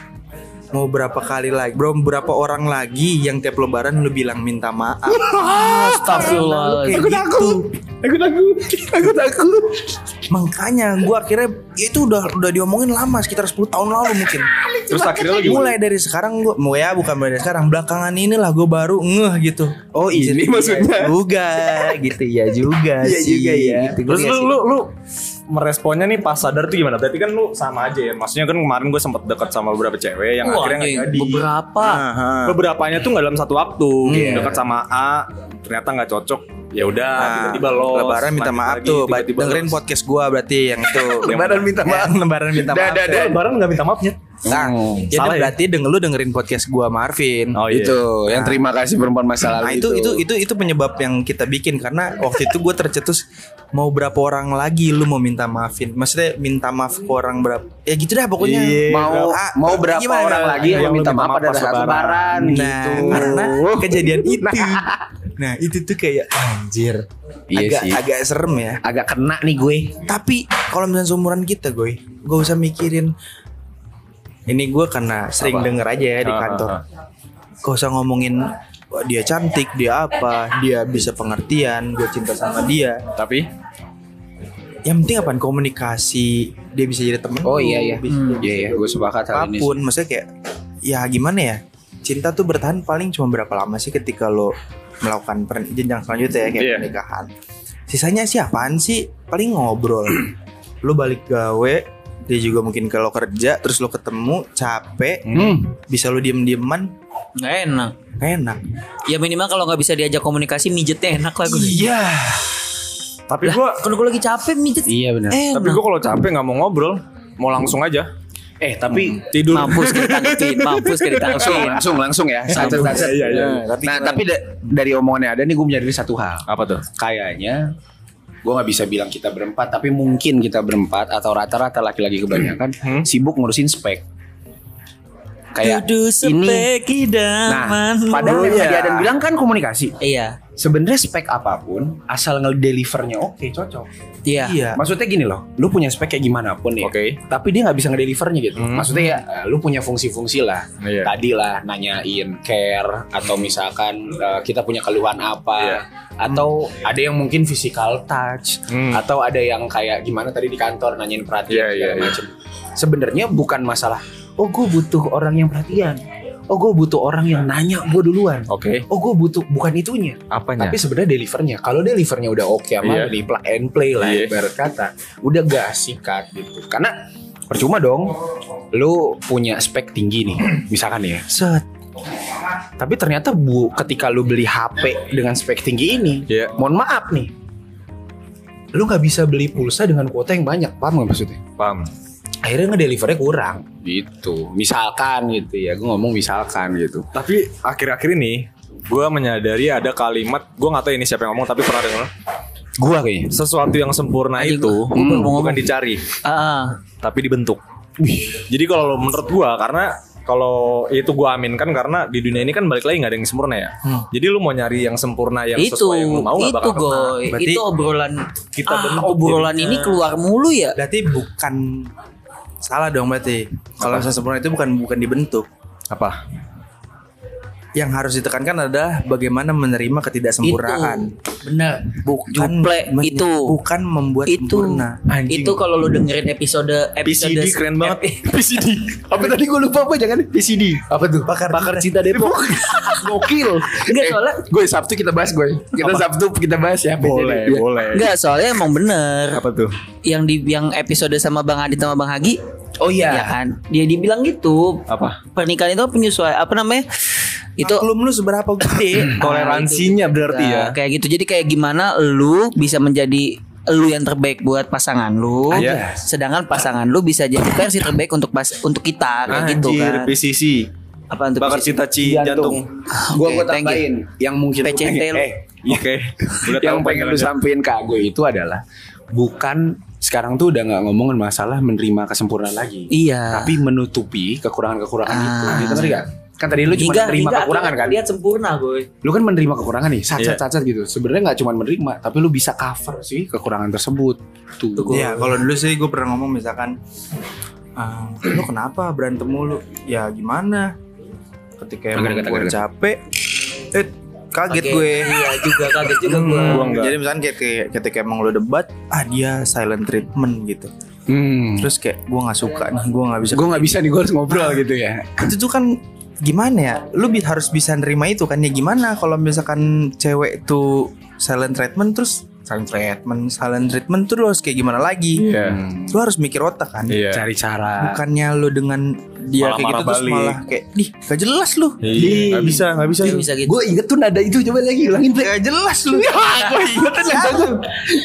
S4: mau berapa kali lagi bro berapa orang lagi yang tiap lebaran lu bilang minta maaf
S3: Astagfirullah.
S4: Kayak gitu.
S1: takut. Aku takut. Aku takut.
S4: Makanya gue akhirnya ya itu udah udah diomongin lama sekitar 10 tahun lalu mungkin.
S2: Terus akhirnya lo gimana?
S4: Mulai dari sekarang gue, mau ya bukan mulai dari sekarang belakangan inilah gue baru ngeh gitu. Oh ini
S1: maksudnya.
S4: juga gitu ya juga
S1: Iya
S4: sih.
S1: juga ya.
S4: Gitu,
S2: Terus
S4: ngerti
S2: lu,
S4: gak sih?
S2: lu, lu meresponnya nih pas sadar tuh gimana? Berarti kan lu sama aja ya. Maksudnya kan kemarin gue sempet deket sama beberapa cewek yang
S3: Wah,
S2: akhirnya nggak
S4: iya.
S3: anjing,
S2: jadi.
S3: beberapa.
S4: Aha.
S2: Beberapanya tuh nggak dalam satu waktu.
S1: Iya.
S2: Dekat sama A ternyata nggak cocok. Ya udah,
S4: Nah,
S2: tiba-tiba lo
S4: Lebaran minta maaf tuh, dengerin podcast gua berarti yang itu.
S1: Lebaran minta maaf.
S4: lebaran minta
S1: Dah,
S4: maaf.
S1: dah, dah.
S2: Lebaran nggak minta maafnya.
S4: Nah,
S1: Hmm.
S4: jadi
S2: Salah ya?
S4: berarti denger lu dengerin podcast gua Marvin. Gitu,
S2: Oh iya.
S1: Itu yang terima kasih perempuan masa lalu
S4: Nah itu, itu itu itu penyebab yang kita bikin karena waktu itu gue tercetus mau berapa orang lagi lu mau minta maafin maksudnya minta maaf ke orang berapa ya gitu dah pokoknya
S2: Iya,
S1: mau
S4: Ah,
S1: mau berapa
S4: gimana,
S1: orang
S4: Bang?
S1: lagi
S2: Yang
S1: yang
S2: lu
S1: minta
S2: minta
S1: maaf
S2: maaf
S1: pada
S2: pas
S1: saat
S2: lebaran.
S1: lebaran
S4: Nah,
S1: gitu.
S4: karena kejadian itu. Nah, itu tuh kayak anjir.
S1: Iya
S4: agak
S1: sih.
S4: agak serem ya.
S1: agak kena nih gue.
S4: Tapi kalau misalnya seumuran kita, gue gak usah mikirin ini gue karena sering
S2: Apa?
S4: denger aja ya di
S2: Ah,
S4: kantor.
S2: ah,
S4: Gak usah ngomongin "Wah, dia cantik, dia apa, dia bisa pengertian, gue cinta sama dia.
S2: Tapi
S4: Yang penting apaan komunikasi, dia bisa jadi temen
S1: Oh
S4: lu,
S1: iya iya.
S4: bisa jadi
S1: Iya iya, gue sepakat hal ini. sih.
S4: apapun maksudnya kayak ya gimana ya cinta tuh bertahan paling cuma berapa lama sih ketika lo melakukan per- jenjang selanjutnya ya kayak
S2: Iya.
S4: pernikahan sisanya sih apaan sih paling ngobrol lo balik gawe dia juga mungkin kalau kerja terus lo ketemu capek
S1: Hmm.
S4: bisa lo diem dieman
S3: Nggak enak.
S4: enak
S3: Ya minimal kalau nggak bisa diajak komunikasi mijetnya enak lah gue.
S4: iya
S2: tapi gue
S3: Kalau gue lagi capek mijet.
S1: Iya benar.
S3: Enak.
S2: tapi gue kalau capek nggak mau ngobrol, mau langsung aja.
S1: Eh tapi
S2: Tidur.
S3: Mampus kita ditangkepin, mampus kita
S1: langsung
S3: ditangkepin.
S1: langsung langsung ya. Satu, satu.
S2: Iya, iya, iya.
S1: Nah, tapi da- dari omongannya ada nih gue menyadari satu hal.
S2: Apa tuh?
S1: Kayaknya gue nggak bisa bilang kita berempat, tapi mungkin kita berempat atau rata-rata laki-laki kebanyakan
S2: Hmm.
S1: sibuk ngurusin spek. Kayak ini.
S3: Duduk sepek
S1: Nah,
S3: idamanmu.
S1: padahal yang
S4: Iya.
S1: tadi Adam bilang kan komunikasi.
S3: Iya,
S1: Sebenarnya spek apapun asal ngedelivernya oke cocok.
S3: iya.
S4: iya
S1: Maksudnya gini loh, lu punya spek kayak gimana pun ya.
S2: Oke.
S1: Tapi dia nggak bisa ngedelivernya gitu.
S2: Hmm.
S1: Maksudnya ya eh, lu punya fungsi-fungsi lah.
S2: Iya.
S1: Tadi lah nanyain care atau misalkan eh, kita punya keluhan apa
S2: Iya.
S1: atau ada yang mungkin physical touch
S2: Hmm.
S1: atau ada yang kayak gimana tadi di kantor nanyain perhatian
S2: Iya,
S1: segala
S2: iya, iya.
S1: macem. Sebenarnya bukan masalah oh gue butuh orang yang perhatian. Oh gue butuh orang yang nanya gue duluan.
S2: Oke.
S1: Oh gue butuh bukan itunya.
S2: Apanya?
S1: Tapi sebenarnya delivernya, kalau delivernya udah oke
S2: Iya.
S1: sama di plug and play lah
S2: Iya.
S1: ibarat kata, udah gak sikat gitu. Karena percuma dong, lu punya spek tinggi nih, misalkan ya.
S4: set
S1: Tapi ternyata bu, ketika lu beli HP dengan spek tinggi ini,
S2: Iya.
S1: mohon maaf nih, lu nggak bisa beli pulsa dengan kuota yang banyak, paham nggak maksudnya?
S2: Paham.
S1: Akhirnya ngedelivernya kurang. Gitu, misalkan gitu ya, gue ngomong misalkan gitu.
S2: Tapi akhir-akhir ini gue menyadari ada kalimat gue nggak tahu ini siapa yang ngomong tapi pernah dengar
S1: Gua kayaknya.
S2: sesuatu yang sempurna
S3: Anjing,
S2: itu
S3: gua- gua baru mau
S2: bukan
S3: ngomong.
S2: dicari
S3: Ah,
S2: tapi dibentuk. Jadi kalau lo- menurut gua karena kalau itu gua aminkan karena di dunia ini kan balik lagi nggak ada yang sempurna ya. Jadi lu mau nyari yang sempurna yang
S3: itu,
S2: sesuai yang lu mau nggak
S3: itu
S2: bakal kena.
S3: goy,
S4: Berarti
S3: itu obrolan
S2: kita
S3: ah,
S2: bentuk
S3: obrolan ini keluar mulu ya.
S4: berarti bukan salah dong berarti kalau misalnya sempurna itu bukan bukan dibentuk
S2: Apa?
S4: yang harus ditekankan adalah bagaimana menerima ketidaksempurnaan.
S3: Itu benar.
S4: Bukan
S3: Juple,
S4: men-
S3: itu.
S4: bukan membuat
S3: itu
S4: sempurna.
S2: Anjing.
S3: itu kalau lu dengerin episode episode eh,
S2: PCD keren banget.
S1: PCD. Apa tadi gue lupa apa jangan PCD. Apa tuh?
S4: Pakar
S1: cinta Depok. Gokil.
S3: Enggak, soalnya-
S1: gue Sabtu kita bahas gue. Kita Sabtu kita bahas ya.
S2: Boleh,
S1: Iya.
S2: boleh.
S3: Enggak, soalnya emang bener
S2: Apa tuh?
S3: yang di yang episode sama Bang Adit sama Bang Hagi
S1: Oh iya.
S3: ya kan dia dibilang gitu
S2: Apa?
S3: pernikahan itu penyesuaian apa namanya itu
S4: Maklum lu seberapa
S3: Ah,
S4: gede?
S2: Toleransinya berarti ya.
S3: Nah, kayak gitu jadi kayak gimana lu bisa menjadi lu yang terbaik buat pasangan lu
S2: Iya.
S3: sedangkan pasangan lu bisa jadi versi terbaik untuk pas untuk kita
S2: Ah,
S3: kayak gitu
S2: Anjir,
S3: kan
S2: PCC.
S3: apa untuk
S2: Bakar cinta-ci jantung.
S1: Gue
S3: Oke,
S1: gue
S3: thank you.
S1: tambahin yang mungkin lu
S3: PCT
S1: pengen-
S3: lu.
S1: eh,
S2: Oke. Udah
S1: yang
S2: tahu
S1: pengen lu
S2: pandangannya.
S1: sampein ke gue itu adalah bukan sekarang tuh udah nggak ngomongin masalah menerima kesempurnaan lagi.
S3: Iya.
S1: Tapi menutupi kekurangan-kekurangan itu.
S3: Ah.
S1: Gitu ngerti gak? Kan tadi lu cuma
S3: Hingga-
S1: menerima
S3: hingga
S1: kekurangan
S3: aku
S1: kan?
S3: lihat sempurna gue
S1: lu kan menerima kekurangan nih cacat
S2: Iya.
S1: cacat gitu sebenarnya nggak cuma menerima tapi lu bisa cover sih kekurangan tersebut tuh Iya.
S4: Ya, kalau dulu sih gue pernah ngomong misalkan "Ah, lu kenapa berantem mulu? Ya gimana? Ketika
S1: Agak-agak,
S4: emang gue
S1: agak-agak.
S4: capek, eh kaget gue
S3: Iya juga kaget juga gue.
S2: Gua enggak.
S4: jadi misalnya ketika, ketika emang lo debat ah dia silent treatment gitu
S1: Hmm.
S4: terus kayak gue nggak suka nih gue nggak bisa
S1: Gue nggak bisa nih gue harus ngobrol gitu ya.
S4: itu tuh kan gimana ya lu bi- harus bisa nerima itu kan ya gimana kalau misalkan cewek tuh silent treatment terus silent treatment silent treatment tuh lu harus kayak gimana lagi
S1: Iya.
S4: lu harus mikir otak kan
S1: Iya. Cari cara.
S4: bukannya lu dengan dia
S2: Malah
S4: kayak gitu
S2: marah
S4: terus
S2: balik.
S4: malah kayak dih gak jelas lu
S2: Iya, nggak bisa, nggak bisa.
S3: Dia bisa gitu.
S1: Gue inget tuh nada itu coba lagi ulangin play.
S4: gak jelas lu
S1: gue inget nada tuh.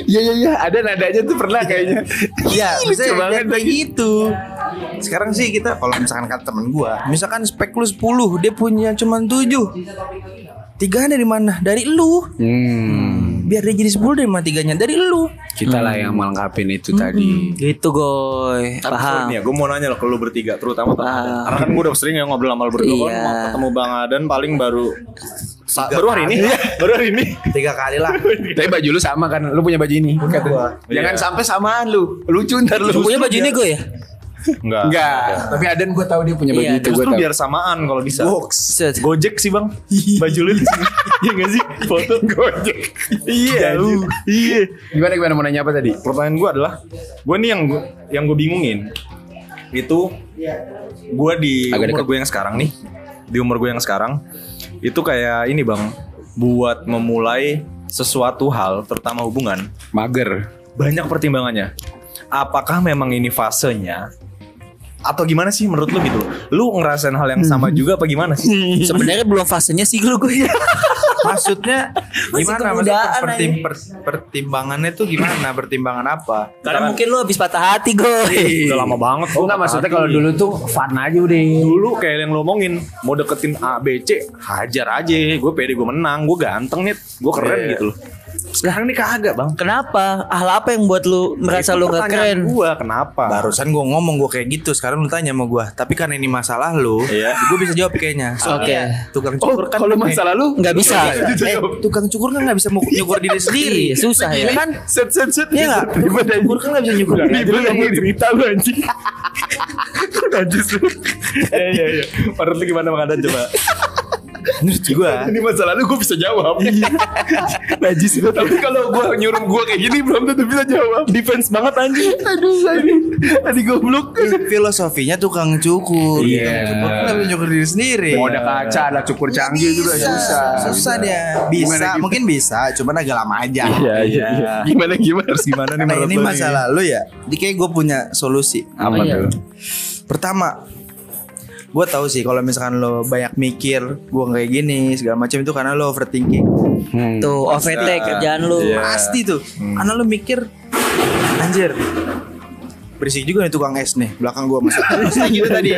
S1: Iya iya iya ada nadanya tuh pernah kayaknya.
S4: Iya,
S1: Ih,
S4: lucu
S1: lucu banget
S4: banget kayak gitu. Sekarang sih kita kalau misalkan kata temen gua, misalkan spek lu 10, dia punya cuman 7. Tiganya dari mana? Dari lu.
S1: Hmm.
S4: Biar dia jadi 10 dari mana tiganya? Dari lu.
S1: Kita lah yang melengkapin itu tadi.
S3: Gitu goy.
S2: Tapi sorry
S3: Paham.
S2: nih ya, gue mau nanya loh ke lu bertiga, terutama Bang Adan. Karena kan gue udah sering ya ngobrol sama lu berdua.
S3: Iya.
S2: Kan ketemu Bang Adan paling baru Sa- baru hari ini, baru hari ini.
S4: Tiga kali lah.
S1: Tapi baju lu sama kan, lu punya baju ini. Kata. Jangan
S2: Iya.
S1: sampai samaan lu. Lucu ntar lu.
S3: Lu punya baju ini gue ya?
S2: Enggak.
S1: Enggak, tapi Adan gue tahu dia punya baju
S3: Iya,
S1: itu gue
S2: Justru
S1: tahu.
S2: biar samaan kalau bisa.
S3: Set.
S2: Gojek sih bang Baju lu di sini Iya gak sih Foto Gojek Iya anjir. Iya
S1: Gimana gimana mau nanya apa tadi?
S2: Pertanyaan gue adalah Gue nih yang gua- Yang gue bingungin Itu Gue di
S1: Agak
S2: umur
S1: dekat.
S2: gue yang sekarang nih Di umur gue yang sekarang Itu kayak ini bang Buat memulai Sesuatu hal Terutama hubungan
S1: Mager.
S2: Banyak pertimbangannya Apakah memang ini fasenya atau gimana sih menurut lu gitu? Lu ngerasain hal yang sama juga apa gimana sih?
S3: Sebenarnya belum fasenya sih lu gue.
S4: Maksudnya
S3: Masih
S4: gimana?
S3: kemudaan
S4: Maksudnya pertim-
S3: aja.
S4: per- pertimbangannya tuh gimana? Pertimbangan apa?
S3: Karena mungkin lu habis patah hati gue.
S2: Udah lama banget
S1: Oh
S2: gua
S1: enggak
S2: patah
S1: maksudnya
S2: hati.
S1: kalau dulu tuh fun aja udah.
S2: dulu kayak yang lo omongin mau deketin A B C hajar aja gue pede gue menang gue ganteng nih gue keren
S1: Iya.
S2: gitu loh sekarang nih kagak bang
S3: Kenapa? Hal apa yang buat lu merasa lu gak keren?
S2: gue kenapa
S4: Barusan gue ngomong gue kayak gitu Sekarang lu tanya sama gue Tapi karena ini masalah lu
S2: Iya.
S4: Gue bisa jawab kayaknya
S3: Oke.
S4: Tukang
S1: Oh,
S4: cukur kan
S1: kalau masa lalu
S3: Nggak bisa.
S4: Eh, tukang cukur kan nggak bisa mau nyukur diri sendiri.
S3: Iya, susah ya.
S4: Kan
S1: set set set.
S4: Iya nggak?
S1: Gimana
S4: cukur kan nggak bisa nyukur diri
S1: Ini
S4: sendiri.
S1: cerita lu anjing.
S2: najis lu ya ya ya menurut lu gimana bang Adan coba
S4: Menurut gua,
S1: Ini masa lalu gue bisa jawab. Najis itu. Iya. Tapi kalau gue nyuruh gue kayak gini belum tentu bisa jawab.
S2: defense banget anjing
S1: Aduh, tadi tadi goblok.
S4: Kan filosofinya tukang cukur.
S1: Iya.
S4: Tukang cukur kan nggak bisa nyukur diri sendiri.
S1: Mau ada kaca, ada cukur canggih juga susah. gitu?
S4: Susah dia. Bisa, mungkin bisa, cuman agak lama aja.
S1: Iya, iya, iya. Gimana gimana?
S2: harus gimana nih
S4: Nah
S2: menurut
S4: ini
S2: lu nih?
S4: masalah lu ya. Jadi kayak gue punya solusi.
S1: Apa
S3: Iya.
S1: tuh?
S4: Pertama, gue tahu sih kalau misalkan lo banyak mikir, gue kayak gini segala macam itu karena lo overthinking.
S3: Tuh, overtake kerjaan lu.
S2: Iya.
S4: Pasti tuh.
S1: Hmm.
S4: Karena lu mikir anjir. Berisik juga nih tukang es nih belakang gua masuk.
S1: Iya,
S4: Kayak gitu tadi.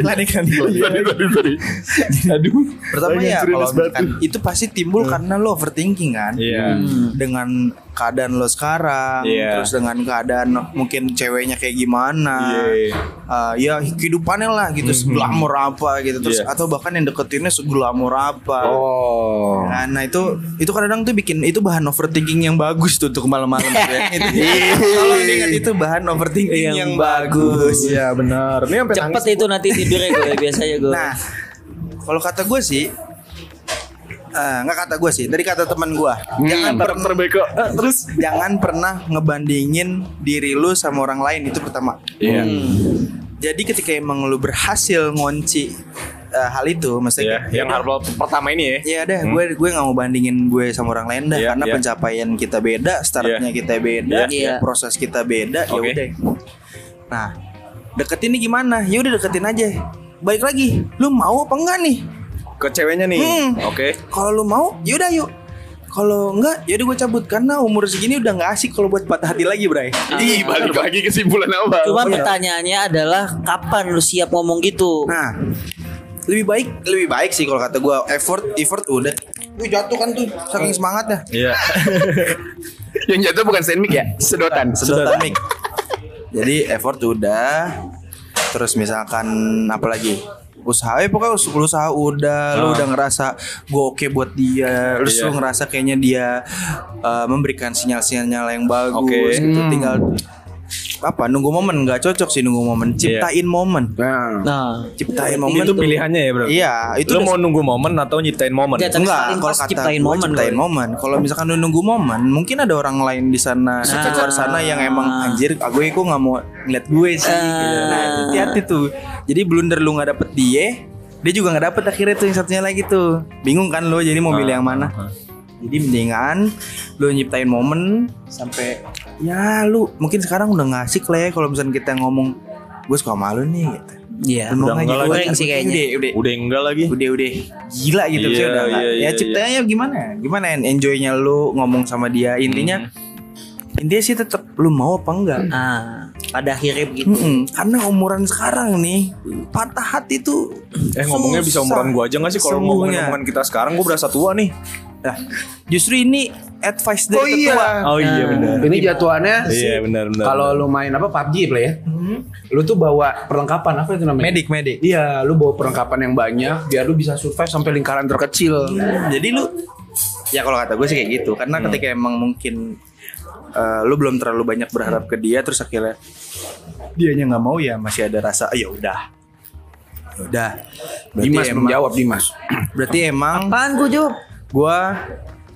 S4: Lari kan.
S1: Tadi tadi tadi. Aduh.
S4: Pertama
S1: Lagi Hmm.
S4: ya
S1: ngancurin
S4: kalau
S1: es batu.
S4: misalkan itu pasti timbul karena lo overthinking kan.
S2: iya
S4: Dengan keadaan lo sekarang,
S2: Iya.
S4: terus dengan keadaan mungkin ceweknya kayak gimana,
S2: Iya.
S4: Eh, ya kehidupannya lah gitu,
S1: Hmm,
S4: seglamor apa gitu, terus
S2: Iya.
S4: atau bahkan yang deketinnya seglamor apa.
S1: Oh.
S2: Ya,
S4: Nah, nah itu itu kadang tuh bikin itu bahan overthinking yang bagus tuh untuk malam-malam tuh ya. Itu- Tolong diingat itu bahan overthinking yang,
S3: Yang
S4: bagus. ya.
S2: Iya
S1: Ya,
S2: benar. Ini sampai
S3: Cepet itu nanti tidurnya gue biasanya gue.
S4: Nah, kalau kata gue sih eh, nggak kata gue sih, dari kata teman gue, jangan
S2: Ter-
S4: pernah
S2: terbaik kok. Eh, terus
S4: jangan pernah ngebandingin diri lu sama orang lain itu pertama. Hmm.
S2: Iya.
S4: Jadi ketika emang lu berhasil ngunci eh, hal itu,
S2: Iya,
S4: maksudnya
S2: yang hal pertama ini ya.
S4: Ya udah, gue gue nggak mau bandingin gue sama orang lain dah,
S2: Iya,
S4: karena
S2: iya.
S4: pencapaian kita beda, startnya kita beda,
S3: Iya.
S4: ya, proses kita beda,
S2: Oke.
S4: ya udah. Nah, deketin ini gimana? Ya udah deketin aja. Baik lagi, lu mau apa enggak nih?
S2: Ke ceweknya nih.
S4: Hmm.
S2: Oke.
S4: Kalau lu mau, ya udah yuk. Kalau enggak, ya udah gue cabut karena umur segini udah nggak asik kalau buat patah hati lagi, Bray.
S1: Ih, balik lagi kesimpulan awal.
S3: Cuman pertanyaannya adalah kapan lu siap ngomong gitu?
S4: Nah, lebih baik lebih baik sih kalau kata gue effort effort udah. Gue jatuh kan tuh saking semangatnya.
S2: Iya.
S1: Yang jatuh bukan stand mic ya, sedotan.
S4: sedotan mic. Jadi effort udah. Terus misalkan apa lagi? Usaha eh, pokoknya us- usaha udah lu udah ngerasa gue oke buat dia,
S2: Ah.
S4: terus
S2: Iya.
S4: lu ngerasa eh, kayaknya dia uh, memberikan sinyal-sinyal yang bagus
S2: Oke. Hmm.
S4: gitu tinggal apa nunggu momen nggak cocok sih nunggu momen ciptain momen
S1: Nah,
S3: Nah,
S4: ciptain momen
S2: Iya. Itu pilihannya ya bro.
S4: iya itu
S2: Lu mau
S4: udah-
S2: nunggu momen atau nyiptain momen?
S3: Iya, tapi
S4: enggak
S3: paling
S4: kalau
S3: pas
S4: kata
S3: ciptain
S4: gua,
S3: momen
S4: ciptain
S3: kali.
S4: momen kalau misalkan lu nunggu momen mungkin ada orang lain di
S3: Nah.
S4: sana di luar sana yang emang anjir ah, gue kok nggak mau ngeliat gue sih gitu. nah itu hati-hati tuh jadi blunder lu nggak dapet dia dia juga nggak dapet akhirnya tuh yang satunya lagi tuh bingung kan lu jadi mau pilih yang mana
S3: Ah,
S4: jadi mendingan lu nyiptain momen sampai ya lu mungkin sekarang udah nggak asik lah ya kalau misalkan kita ngomong gue suka malu nih gitu
S3: iya.
S4: Lu mau
S2: Udah
S4: ngajak
S2: nggak
S4: gue
S3: lagi.
S4: ntar-
S3: sih kayaknya.
S4: Udah, udah
S2: Udah enggak lagi.
S4: udah udah Eh, gila gitu
S2: Iya,
S4: sih udah nggak-
S2: iya, iya,
S4: ya ceritanya gimana gimana en- enjoynya lu ngomong sama dia intinya
S2: Hmm.
S4: intinya sih tetap lu mau apa enggak
S3: Ah, pada akhirnya begitu.
S4: Mm-mm. karena umuran sekarang nih patah hati tuh
S2: Eh ngomongnya bisa
S4: susah.
S2: umuran gua aja gak sih kalau ngomongin
S4: Sesungguhnya.
S2: umuran kita sekarang gua berasa tua nih.
S4: Nah, justru ini advice dari
S1: Oh iya.
S4: tetua.
S2: Oh iya benar.
S1: ini jatuhannya
S2: Iya benar benar.
S1: kalau lu main apa PUBG play ya. Lu tuh bawa perlengkapan apa itu namanya?
S4: medik medik
S1: Iya, lu bawa perlengkapan yang banyak biar lu bisa survive sampai lingkaran terkecil.
S4: Hmm, jadi lu ya kalau kata gue sih kayak gitu karena ketika emang mungkin eh, lu belum terlalu banyak berharap ke dia terus akhirnya dianya nggak mau ya masih ada rasa "Ah, ya udah Ya udah Berarti
S1: Dimas
S4: emang-
S1: menjawab Dimas.
S4: berarti emang
S3: Apaan gue jawab?
S4: gua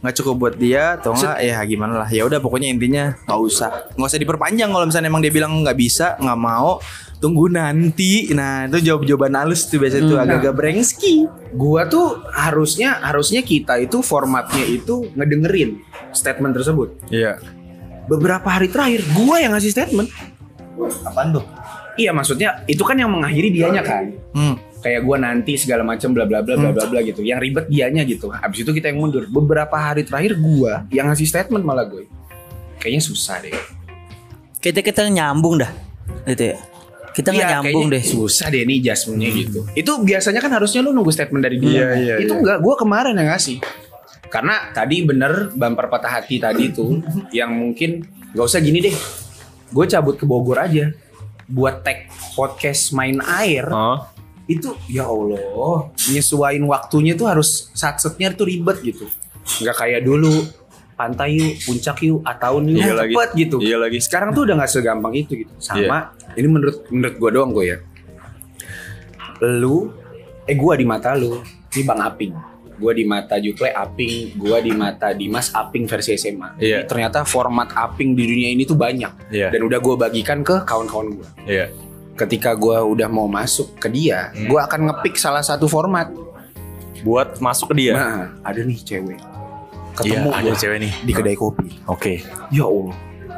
S4: nggak cukup buat dia atau enggak ya gimana lah ya udah pokoknya intinya nggak usah nggak usah diperpanjang kalau misalnya emang dia bilang nggak bisa nggak mau tunggu nanti nah itu jawab jawaban halus tuh biasanya tuh agak-agak brengski
S1: Nah. Gua tuh harusnya harusnya kita itu formatnya itu ngedengerin statement tersebut.
S2: Iya.
S1: Beberapa hari terakhir gua yang ngasih statement.
S4: apaan tuh
S1: Iya, maksudnya itu kan yang mengakhiri dianya kan.
S4: hmm.
S1: Kayak gua nanti segala macam bla bla bla bla bla bla gitu. Yang ribet dianya gitu. Habis itu kita yang mundur. Beberapa hari terakhir gua yang ngasih statement malah gue. Kayaknya susah deh.
S3: Kita kita nyambung dah. Gitu ya. Kita nggak
S1: Iya,
S3: nyambung deh. Hmm.
S1: kayaknya Susah deh nih jasmunya gitu. Itu biasanya kan harusnya lu nunggu statement dari dia.
S2: Iya, iya,
S1: itu
S2: iya.
S1: enggak, gua kemarin yang ngasih. Karena tadi bener bumper patah hati tadi tuh yang mungkin nggak usah gini deh. Gue cabut ke Bogor aja buat tag podcast main air
S2: Oh.
S1: itu ya Allah nyesuain waktunya tuh harus satsetnya tuh ribet gitu nggak kayak dulu pantai yuk puncak yuk ataun yuk
S2: Iya lagi.
S1: cepet gitu
S2: Iya lagi. Iya.
S1: sekarang tuh udah nggak segampang itu gitu sama ini menurut menurut gue doang gue ya lu eh gue di mata lu ini bang Aping gue di mata Juple Aping gue di mata Dimas Aping versi SMA
S2: Iya.
S1: Jadi ternyata format Aping di dunia ini tuh banyak
S2: Iya.
S1: dan udah gue bagikan ke kawan-kawan gue
S2: Iya.
S1: ketika gua udah mau masuk ke dia, gua akan ngepick salah satu format.
S2: Buat masuk ke dia.
S1: Nah, ada nih cewek.
S2: Iya,
S1: Ketemu
S2: ada
S1: gua
S2: cewek nih.
S1: di kedai kopi.
S2: Oke.
S1: Ya Allah,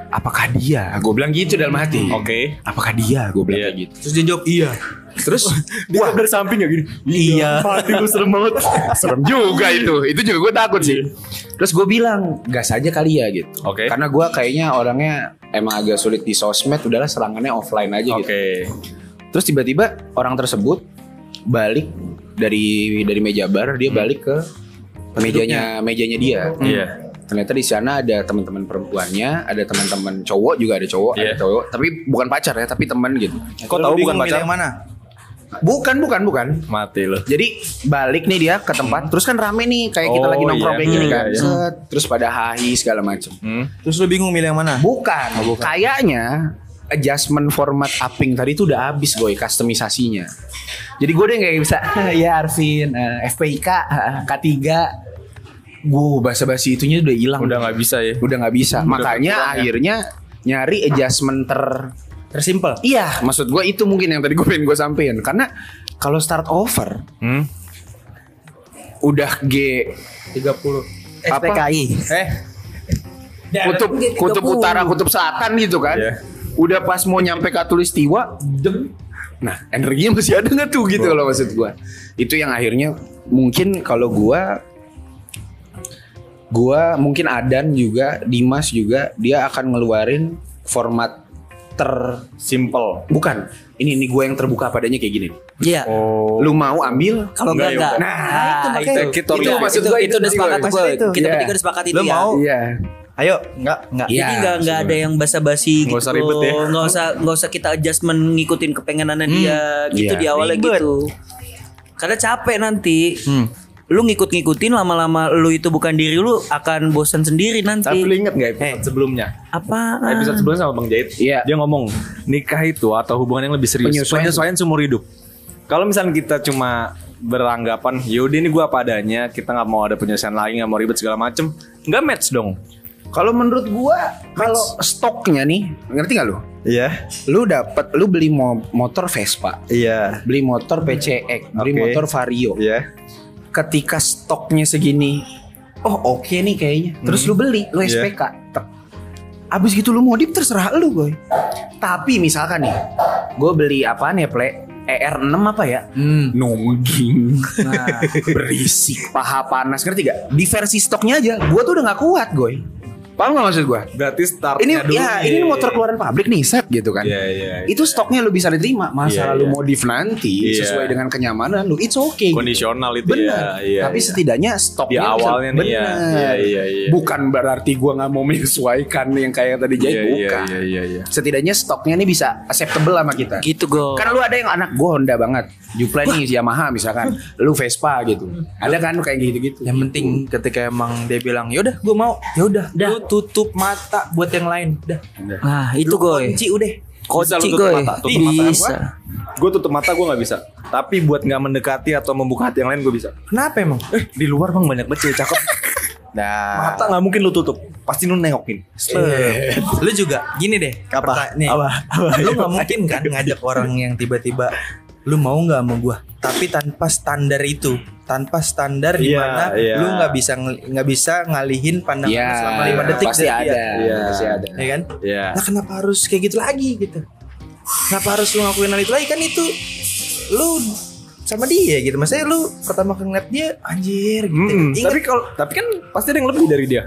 S1: apakah dia? Gue bilang gitu dalam hati.
S2: Oke.
S1: Apakah dia? Gue bilang
S2: Iya.
S1: kayak gitu.
S4: terus dia jawab iya
S1: Terus, wah
S2: dari samping ya gini.
S4: iya
S2: Hati gue serem banget.
S1: serem juga itu. Itu juga gue takut sih. Terus gue bilang, gas aja kali ya gitu.
S2: Oke.
S1: Karena gua kayaknya orangnya emang agak sulit di sosmed. Udahlah serangannya offline aja gitu.
S2: Oke.
S1: Terus tiba-tiba orang tersebut balik dari dari meja bar, dia balik ke mejanya mejanya dia.
S2: Iya.
S1: Ternyata di sana ada teman-teman perempuannya, ada teman-teman cowok juga ada cowok, ada
S2: Iya.
S1: cowok, tapi bukan pacar ya, tapi teman gitu.
S4: Nah,
S2: Kok tahu bukan pacar?
S4: yang mana
S1: Bukan, bukan, bukan.
S2: Mati lo.
S1: Jadi balik nih dia ke tempat, terus kan rame nih kayak kita
S2: Hmm. Oh,
S1: lagi nongkrong
S2: iya.
S1: kayak gini
S2: Iya,
S1: kan.
S2: iya.
S1: Set, terus pada hahi segala macem.
S2: Hmm. Oh,
S4: terus lu bingung milih yang mana
S1: Bukan, kayaknya adjustment format upping tadi itu udah habis boy customisasinya. Jadi gue deh kayak bisa ya Arvin, eh, FPIK, eh, K3. Gue basa-basi itunya udah hilang.
S2: Udah ya. nggak bisa ya.
S1: udah nggak bisa. Makanya akhirnya nyari adjustment ter
S4: tersimpel
S1: Iya, maksud gue itu mungkin yang tadi gue pengen gue sampein karena kalau start over
S2: Hmm.
S1: udah G 30 apa
S3: SPKI.
S2: Eh.
S1: kutub kutub utara kutub selatan gitu kan
S2: Iya.
S1: udah pas mau nyampe katulistiwa dem nah energinya masih ada nggak tuh gitu loh maksud gua itu yang akhirnya mungkin kalau gua gua mungkin Adan juga Dimas juga dia akan ngeluarin format ter
S2: Simple.
S1: bukan ini ini gua yang terbuka padanya kayak gini
S3: Iya.
S2: Oh.
S1: lu mau ambil
S3: Kalau
S2: Enggak,
S3: enggak enggak.
S1: yuk. Nah, itu
S2: makanya.
S3: itu,
S2: Kita- gitu.
S3: itu,
S2: kita-
S3: maksud
S1: itu-
S3: gua,
S1: itu
S3: itu udah
S1: juga,
S3: sepakat
S1: itu.
S3: gua. Kita
S1: Iya.
S3: bertiga udah sepakat itu
S4: Lu
S3: ya.
S4: mau?
S1: iya
S4: ayo enggak enggak
S1: Iya.
S3: Jadi nggak nggak ada yang basa-basi gitu.
S2: Nggak usah ribet ya. Hmm.
S3: loh. Nggak usah nggak usah kita adjustment ngikutin kepengenannya dia gitu
S1: Iya.
S3: di awalnya
S4: Ribet.
S3: gitu. Karena capek nanti.
S4: Hmm.
S3: lu ngikut-ngikutin lama-lama lu itu bukan diri lu akan bosan sendiri nanti.
S2: Tapi lu inget gak episode
S1: Eh.
S2: sebelumnya?
S3: Apa?
S2: Nah, Episode sebelumnya sama Bang Jait
S5: Iya.
S2: Dia ngomong Nikah itu atau hubungan yang lebih serius
S5: Penyesuaian.
S2: Penyesuaian, seumur hidup Kalau misalnya kita cuma beranggapan Yaudah ini gue apa adanya Kita gak mau ada penyesuaian lagi Gak mau ribet segala macem Gak match dong
S5: Kalau menurut gua kalau stoknya nih, ngerti nggak lu?
S2: Iya
S5: Lu dapat lu beli mo- motor Vespa,
S2: Iya
S5: beli motor PCX, beli
S2: Oke.
S5: motor Vario.
S2: Iya
S5: Ketika stoknya segini, oh oke nih kayaknya. Terus lu beli, lu
S2: Hmm. Iya.
S5: SPK. Tek. Abis gitu lu modif terserah lu, gue. Tapi misalkan nih, gue beli apaan ya, Ple? ER6 apa ya?
S4: Hmm.
S5: Nongging.
S4: Nah,
S5: berisik paha panas ngerti gak diversi stoknya aja gua tuh udah gak kuat goy paham gak maksud gua
S2: Berarti startnya
S5: ini
S2: dulu
S5: ya ini motor keluaran pabrik nih set gitu kan
S2: Iya iya
S5: itu stoknya lu bisa diterima
S2: Iya,
S5: masa lu
S2: iya.
S5: modif nanti
S2: Iya.
S5: sesuai dengan kenyamanan lu it's okay
S2: Kondisional itu ya,
S5: benar
S2: iya,
S5: tapi
S2: iya.
S5: setidaknya stoknya
S2: Di
S5: bisa-
S2: awalnya nih ya.
S5: benar.
S2: Iya, iya, iya.
S5: bukan berarti gua nggak mau menyesuaikan yang kayak yang tadi jadi
S2: Iya iya
S5: bukan
S2: iya iya iya
S5: setidaknya stoknya nih bisa acceptable sama kita
S3: gitu go.
S5: Kan lu ada yang anak gue Honda banget, Jupla nih Yamaha misalkan, lu Vespa gitu. Ada kan kayak gitu-gitu.
S4: yang penting ketika emang dia bilang, "Yaudah, gua mau." Ya udah,
S3: Dah.
S4: lu tutup mata buat yang lain. Udah.
S3: Nah, itu goy.
S4: Kunci udah.
S2: Bisa lu
S3: Kunci
S2: tutup
S3: goy.
S2: mata, tutup mata kan
S3: Bisa.
S2: Gue tutup mata gue gak bisa Tapi buat gak mendekati atau membuka hati yang lain gue bisa
S4: Kenapa emang?
S2: Eh di luar bang banyak banget cewek cakep
S4: Nah,
S2: Mata gak mungkin lu tutup Pasti lu nengokin
S4: Eh, lu juga gini deh.
S2: Apa?
S4: perta- Nih,
S2: Apa? Apa?
S4: lu nggak mungkin kan ngajak orang yang tiba-tiba lu mau nggak sama gua tapi tanpa standar itu tanpa standar
S2: Iya,
S4: di mana
S2: iya.
S4: lu nggak bisa ngel- nggak bisa ngalihin pandangan lu selama lima detik ya?
S5: Iya, pasti
S4: dari
S5: ada,
S4: dia.
S2: Iya.
S5: pasti ada.
S4: ya kan
S2: Iya
S4: nah kenapa harus kayak gitu lagi gitu kenapa harus lu ngakuin hal itu lagi kan itu lu sama dia gitu maksudnya lu pertama kali ngeliat dia anjir gitu
S2: Mm-mm.
S4: Ingat-
S2: Hmm, Tapi kalau tapi kan pasti ada yang lebih dari dia.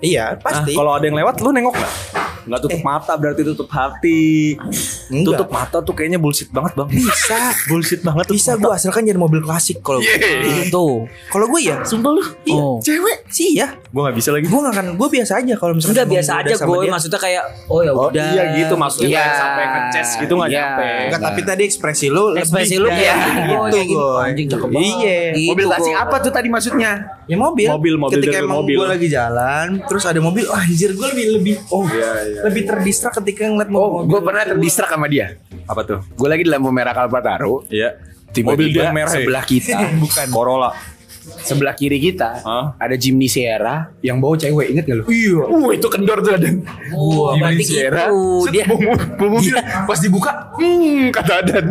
S4: iya pasti
S2: Ah, kalau ada yang lewat lu nengok nggak? Nggak tutup
S4: Eh.
S2: mata berarti tutup hati.
S4: Enggak.
S2: Tutup mata tuh kayaknya bullshit banget bang. Bisa, bullshit banget. tutup
S4: bisa
S2: mata.
S4: gua asalkan jadi mobil klasik kalau
S2: Iya.
S4: gua.
S3: Ah, Tuh.
S4: kalau gue ya
S3: Sumpah lu. Oh.
S4: cewek sih ya
S2: Gua nggak bisa lagi. Oh,
S4: gue gak akan gue biasa aja kalau misalnya
S3: Enggak biasa aja goy,
S4: mas
S3: maksudnya kayak oh ya
S2: Oh
S3: udah.
S2: iya gitu maksudnya
S5: Iya.
S2: nggak sampai ngeces gitu nggak
S5: Iya.
S2: nyampe.
S4: Enggak,
S2: Nah.
S4: tapi tadi ekspresi lu
S3: Ekspresi
S4: lebih
S3: lu
S4: dari
S3: kayak
S4: gitu,
S3: gitu,
S4: Goy.
S3: anjing cakep banget.
S4: Iya.
S3: Gitu,
S5: Mobil klasik
S3: Goy.
S5: apa tuh tadi maksudnya?
S4: Ya mobil.
S2: Mobil, mobil
S4: Ketika
S2: dari
S4: emang
S2: mobil.
S4: gue lagi jalan, terus ada mobil, oh, anjir gue lebih lebih oh
S2: Iya, iya,
S4: lebih terdistrak ketika ngeliat mobil.
S5: Oh, gue pernah terdistrak sama dia.
S2: Apa tuh?
S5: Gue lagi di lampu merah Kalpataru.
S2: Iya.
S5: Tiba-tiba
S2: yang merah. ya?
S5: sebelah kita,
S2: Bukan. Corolla.
S5: sebelah kiri kita
S2: Hah?
S5: ada Jimny Sierra yang bawa cewek, inget gak lu? Iya. Uh, itu kendor tuh Adan.
S3: Oh, berarti gitu.
S5: Set,
S3: Dia- Iya.
S5: bawa mo- bawa mobil. Pas dibuka, hmm, kata Adan.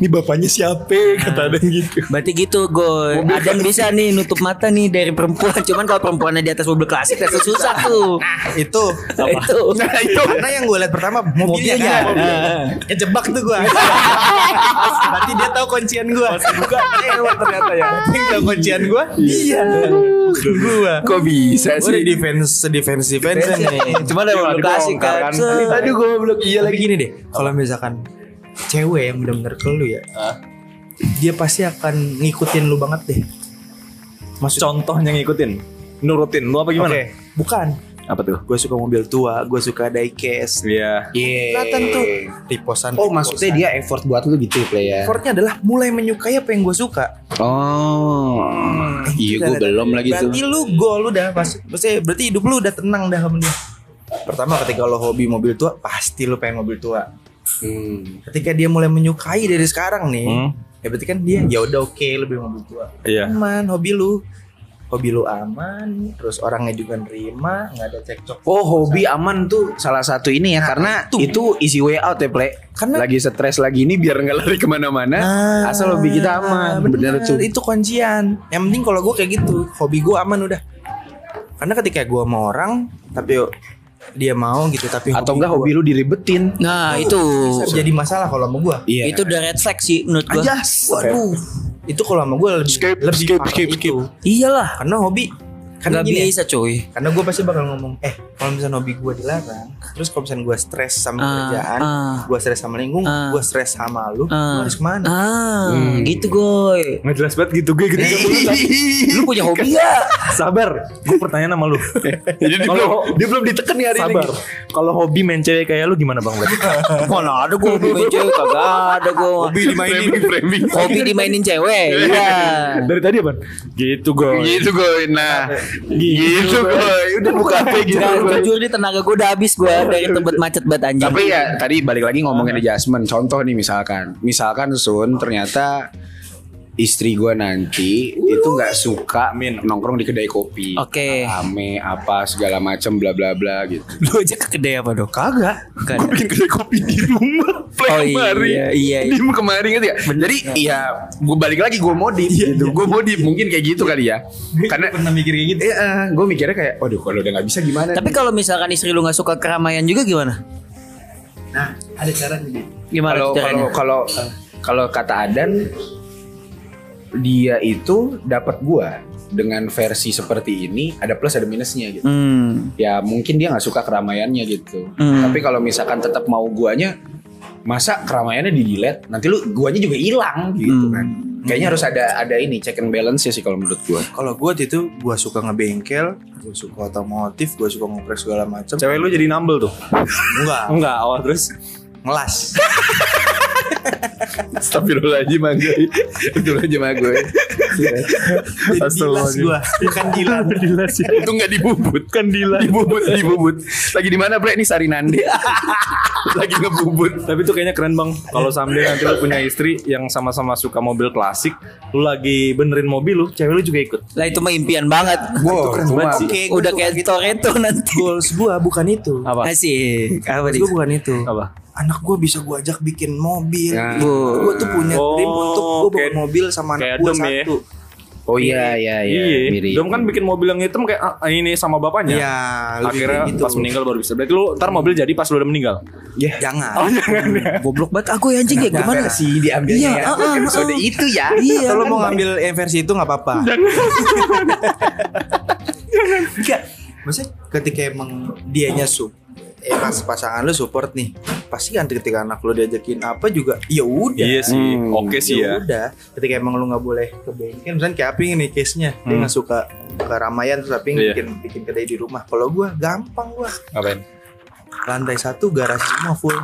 S5: Ini bapaknya siapa? Kata Adan gitu.
S3: Berarti gitu goy. Adam bisa nih nutup mata nih dari perempuan. Cuman kalau perempuannya di atas mobil klasik itu susah tuh.
S4: itu
S3: Itu.
S5: Nah, itu.
S4: karena yang gue liat pertama mobilnya,
S3: Mobilnya.
S4: kan. Kejebak tuh gue. Berarti dia tahu kuncian gue. Bukan ternyata ya. Dia tahu kuncian gue. Iya. Gue.
S5: Kok bisa
S4: Gue di defense defense defense nih. Cuma ada mobil klasik kan.
S5: Aduh, gue belum iya
S4: Tapi gini deh, kalau misalkan cewek yang benar-benar ke lu ya, dia pasti akan ngikutin lu banget deh. Maksud
S2: Contohnya ngikutin. Nurutin. Lu apa gimana?
S4: Oke, bukan.
S2: Apa tuh?
S4: Gue suka mobil tua, gue suka diecast. Nah,
S2: Iya.
S5: Iya.
S4: Kelihatan tuh riposan.
S5: Oh maksudnya dia effort buat lu gitu player.
S4: Effortnya adalah mulai menyukai apa yang gue suka.
S5: Oh. Iya gue belum lagi tuh.
S4: Berarti lu goal lu dah mas. Maksudnya berarti hidup lu udah tenang dah sama dia. Pertama ketika lo hobi mobil tua, pasti lu pengen mobil tua. Ketika dia mulai menyukai dari sekarang nih,
S2: Hmm.
S4: ya berarti kan dia ya udah oke lebih mobil tua.
S2: Iya.
S4: aman hobi lu hobi lu aman terus orangnya juga nerima nggak ada cekcok
S5: Oh hobi aman tuh salah satu ini ya karena itu easy way out ya play.
S4: Karena-
S5: lagi stres lagi ini biar nggak lari kemana-mana.
S4: Nah.
S5: asal hobi kita aman. Bener,
S4: Ah,
S5: tuh.
S4: itu kuncian yang penting kalau gue kayak gitu hobi gue aman udah karena ketika gue mau orang tapi dia mau gitu tapi
S5: Atau enggak hobi lu diribetin.
S3: Nah, itu.
S4: bisa jadi masalah kalau sama gue
S5: Iya.
S3: Itu udah red flag sih menurut gua.
S5: Anjas.
S4: waduh itu kalau sama gue lebih
S5: Skip,
S4: lebih
S5: skip,
S4: parah
S5: skip, skip.
S4: itu.
S3: Iyalah.
S4: karena hobi
S5: Kan
S4: Karena
S3: Nggak
S4: gini ya,
S3: bisa cuy.
S4: karena gue pasti bakal ngomong eh kalau misalnya hobi gue dilarang terus kalau misalnya gue stres sama
S3: Ah,
S4: kerjaan
S3: ah.
S4: gue stres sama lingkungan
S3: Ah.
S4: gue stres sama lu gue
S3: Ah.
S4: harus kemana
S3: Ah,
S2: Hmm.
S3: gitu goy.
S2: Nggak jelas banget gitu gue gitu.
S4: Iya.
S3: Lu punya hobi ya? gak?
S2: Sabar, gue pertanyaan sama lu.
S5: Jadi dia belum,
S2: Kalau-
S5: dia belum diteken ya hari
S2: Sabar.
S5: ini.
S2: Kalau hobi main cewek kayak lu gimana Bang? Blet?
S3: Mana ada gue hobi main cewek kagak ada gue. Hobi
S5: dimainin framing. Gitu,
S3: hobi dimainin cewek. Iya.
S2: Dari tadi apa? Gitu gue.
S5: Gitu gue, nah, gitu gue, udah buka apa gitu
S3: Nah,
S5: gue.
S3: jujur nih tenaga gue udah habis gue dari tebet macet banget anjing.
S5: Tapi ya tadi balik lagi ngomongin adjustment. Contoh nih misalkan, misalkan Sun ternyata istri gue nanti itu nggak suka nongkrong di kedai kopi.
S3: Oke.
S5: Rame apa segala macem bla bla bla gitu.
S3: Lu aja ke kedai apa dong? Kagak.
S5: Gue bikin kedai kopi di rumah play
S3: Oh, iya,
S5: kemarin
S3: iya, iya.
S5: di kemarin gitu ya jadi ya gue balik lagi gue modif gitu gue modif mungkin kayak gitu kali ya karena
S4: pernah mikir kayak gitu
S5: eh, gue mikirnya kayak waduh kalau udah nggak bisa gimana
S3: Tapi kalau misalkan istri lu nggak suka keramaian juga gimana?
S4: nah ada caranya nih
S3: Gimana
S5: kalau
S3: tuh caranya?
S5: kalau kalau kalau kata Adan dia itu dapat gue dengan versi seperti ini ada plus ada minusnya gitu
S3: Hmm.
S5: ya mungkin dia nggak suka keramaiannya gitu.
S3: Hmm.
S5: Tapi kalau misalkan tetap mau guanya, masa keramaiannya di delete, nanti lu guanya juga hilang
S3: Hmm.
S5: gitu kan. Kayaknya harus ada ada ini check and balance ya sih kalau menurut gua.
S4: kalau gue itu gue suka ngebengkel gue suka otomotif gue suka ngoprek segala macam
S2: Cewek lu jadi nambel tuh.
S4: enggak
S2: Enggak, awal terus
S4: ngelas
S5: Astagfirullahaladzim aja. Itu aja mah gue.
S4: dilas gue bukan gila
S2: Dilas ya.
S5: Itu nggak dibubut.
S2: Kan dilas.
S5: Dibubut, dibubut. Lagi di mana, Bre? Ini Sarinande. Lagi ngebubut.
S2: Tapi tuh kayaknya keren bang Kalau someday nanti lu punya istri Yang sama-sama suka mobil klasik Lu lagi benerin mobil lu Cewek lu juga ikut
S3: Lah itu mah impian banget.
S5: Wow,
S2: banget
S5: cuma-
S2: sih.
S4: Oke, gua
S3: Udah
S4: suka
S3: kayak Toretto nanti.
S4: goals gue bukan itu
S2: Apa?
S3: Asik. Apa
S4: Goals
S3: nih?
S4: gue bukan itu
S2: Apa?
S4: anak gue bisa gue ajak bikin mobil
S5: Ya.
S4: gue tuh punya dream
S2: Oh,
S4: untuk gue bawa
S2: kayak-
S4: mobil sama
S2: kayak
S4: anak gue
S2: Dom ya.
S4: satu
S5: Oh iya, iya, iya. mirip.
S2: Iya Dom kan bikin mobil yang hitam kayak ah, Ini sama bapaknya
S4: Iya, lebih
S2: Akhirnya
S4: kayak gitu. Ya,
S2: pas meninggal baru bisa Berarti lu ntar mobil jadi pas lu udah meninggal
S4: jangan
S2: Oh,
S4: Hmm,
S3: Goblok banget aku ya anjing ya gimana?
S5: versi diambilnya
S3: Iya, ah, ah,
S5: episode
S3: ah.
S5: itu ya.
S3: Iya.
S4: Kalau mau ngambil yang versi itu nggak apa-apa. Enggak. Maksudnya ketika emang dianya sup eh pas pasangan lu support nih pasti kan ketika anak lu diajakin apa juga ya udah
S2: Iya sih
S5: Hmm.
S2: Oke sih ya
S4: ya udah ketika emang lu nggak boleh ke bengkel misalnya kayak Aping nih case nya dia nggak suka ke ramaian terus
S2: Hmm.
S4: Aping
S2: Iya.
S4: bikin bikin kedai di rumah kalau gua gampang gua
S2: Ngapain?
S4: lantai satu garasi semua full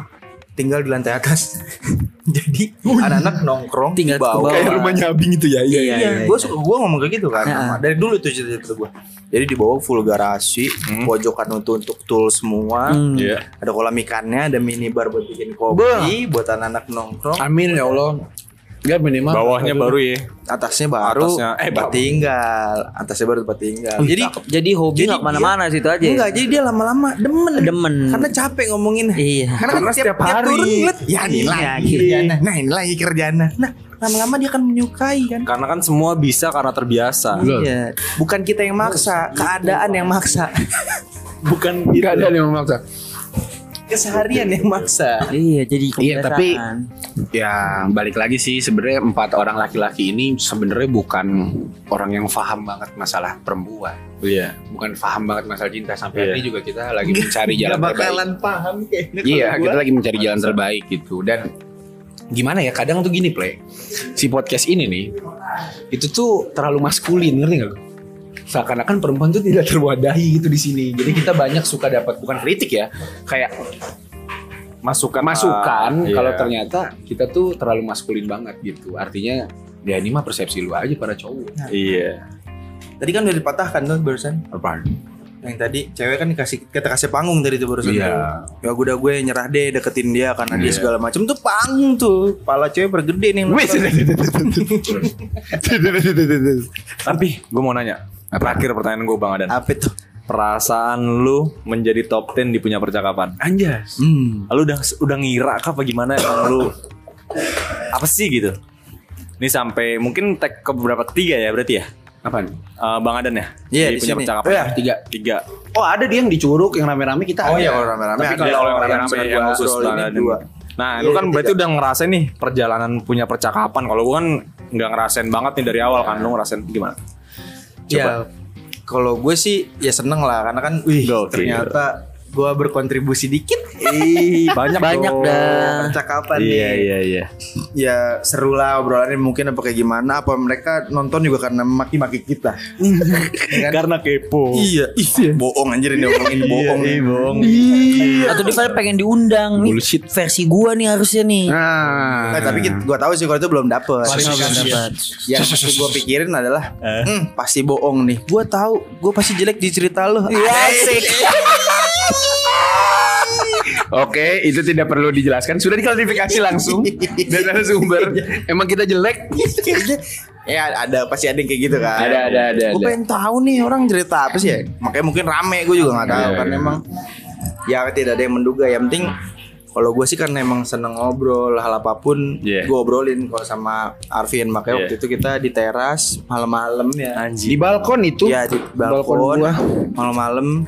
S4: tinggal di lantai atas jadi anak-anak nongkrong
S3: Tinggal
S4: di
S3: ke
S4: bawah
S3: bawah. Kayak
S5: rumahnya Abing itu ya.
S3: Iya,
S4: iya,
S3: iya,
S4: gue
S3: iya.
S4: suka gue ngomong kayak gitu kan
S3: Heeh.
S4: dari dulu tuh cerita-cerita gue jadi di bawah full garasi pojokan untuk untuk tool semua
S3: Hmm.
S2: Hmm. Iya
S4: ada kolam ikannya ada minibar buat bikin kopi buat anak-anak nongkrong
S5: Amin ya Allah. Ya minimal
S2: Bawahnya baru ya
S4: atasnya baru
S2: Atasnya- eh,
S4: tempat
S2: bawah.
S4: tinggal atasnya baru tempat tinggal
S3: Wih,
S4: jadi
S3: cakep. jadi hobi
S4: jadi
S3: nggak
S4: dia-
S3: kemana-mana situ aja. ya?
S4: enggak jadi dia lama-lama demen
S3: Demen.
S4: karena capek ngomongin
S3: Iya.
S4: karena, kan
S2: Karena
S4: setiap,
S2: setiap
S4: tiap
S2: hari.
S4: turun ngeliat, ya ini
S3: Iya,
S4: lagi
S3: gitu.
S4: kerjaan nah ini lagi kerjaan nah lama-lama dia akan menyukai kan
S2: Karena kan semua bisa karena terbiasa
S4: Iya, bukan kita yang maksa, keadaan yang maksa.
S2: Bukan
S5: Gak ada yang memaksa.
S4: keseharian yang maksa.
S3: Iya, jadi
S5: Iya, tapi-
S3: kebiasaan.
S5: Ya balik lagi sih sebenarnya empat orang laki-laki ini sebenarnya bukan orang yang paham banget masalah perempuan,
S2: Iya
S5: bukan paham banget masalah cinta sampai
S2: Iya.
S5: hari ini juga kita lagi mencari jalan
S4: Gak
S5: terbaik.
S4: bakalan paham kayaknya.
S5: Iya,
S4: kalau
S5: kita
S4: gua.
S5: lagi mencari jalan terbaik gitu dan gimana ya kadang tuh gini play si podcast ini nih itu tuh terlalu maskulin ngerti nggak lu? seakan-akan perempuan tuh tidak terwadahi gitu di sini jadi kita banyak suka dapat bukan kritik ya kayak
S2: Masukan
S5: masukan
S2: Iya.
S5: kalau ternyata kita tuh terlalu maskulin banget gitu. Artinya ya ini mah persepsi lu aja para cowok.
S2: Iya
S4: Tadi kan udah dipatahkan tuh barusan.
S5: Apaan?
S4: Yang tadi cewek kan dikasih kita kasih panggung tadi tuh barusan.
S5: Iya.
S4: tuh. Ya udah gue nyerah deh deketin dia karena dia
S5: Iya.
S4: segala macam tuh panggung tuh. Pala cewek bergede nih.
S5: Wih,
S2: Tapi gue mau nanya
S5: Apa?
S2: Terakhir pertanyaan gue Bang Adan
S4: Apa tuh?
S2: perasaan lu menjadi top 10 di punya percakapan?
S5: Anjas.
S4: Hmm.
S2: Lu udah udah ngira kah apa gimana emang lu apa sih gitu? Ini sampai mungkin tag ke beberapa ketiga ya berarti ya?
S5: Apaan?
S2: Eh, Bang Adan ya?
S4: Iya,
S2: Jadi
S4: di
S2: punya
S4: sini.
S2: percakapan.
S5: Iya, tiga.
S2: Tiga.
S5: Oh, ada dia yang dicuruk yang rame-rame kita.
S4: Oh
S5: ada.
S4: iya, kalau rame-rame
S5: Tapi
S2: Kalau
S4: ada.
S5: kalau
S2: yang
S5: yang
S2: rame-rame
S5: langsung
S2: yang
S5: gua
S2: khusus
S4: scroll
S2: Bang
S4: ini
S2: Adan.
S4: dua.
S2: Nah,
S4: Iya,
S2: lu kan
S4: jadi
S2: berarti
S4: tiga.
S2: udah ngerasain nih perjalanan punya percakapan. Kalau gue kan nggak ngerasain banget nih dari awal kan lu ngerasain gimana?
S4: Ya kalau gue sih ya seneng lah karena kan wih
S2: Gokil.
S4: ternyata gue berkontribusi dikit
S2: Ih, banyak
S3: Banyak
S2: dong.
S3: dah.
S4: percakapan
S2: Iya
S4: nih
S2: iya iya.
S4: ya seru lah obrolannya mungkin apa kayak gimana apa mereka nonton juga karena maki-maki kita
S5: kan.
S2: Karena kepo.
S4: iya ih, bohong anjir ini ngomongin bohong
S2: Iya, bohong.
S3: Atau dia pada pengen diundang nih.
S2: Bullshit.
S3: Versi gua nih harusnya nih.
S5: Nah,
S4: Eh, tapi gue tahu sih kalau itu belum dapet
S3: Belum dapat.
S5: Ya,
S4: yang gue pikirin adalah "Hmm, pasti bohong nih gue tahu gue pasti jelek di cerita lo
S3: Iya, Asik.
S5: Oke, itu tidak perlu dijelaskan. Sudah diklarifikasi langsung dari narasumber.
S2: Iya.
S5: Emang kita jelek?
S4: ya ada pasti ada yang kayak gitu kan
S5: Ada, ada, ada,
S4: gue
S5: ada.
S4: pengen tahu nih orang cerita apa sih ya makanya mungkin rame gue juga nggak tahu
S5: Iya,
S4: kan
S5: iya.
S4: emang ya tidak ada yang menduga yang penting kalau gue sih kan emang seneng ngobrol hal apapun
S2: Iya.
S4: gue obrolin kalau sama Arvin makanya
S2: Iya.
S4: waktu itu kita di teras malam-malam ya
S5: Di
S2: Anjing.
S5: balkon itu?
S2: Iya.
S4: ya di balkon,
S5: gua.
S4: malam-malam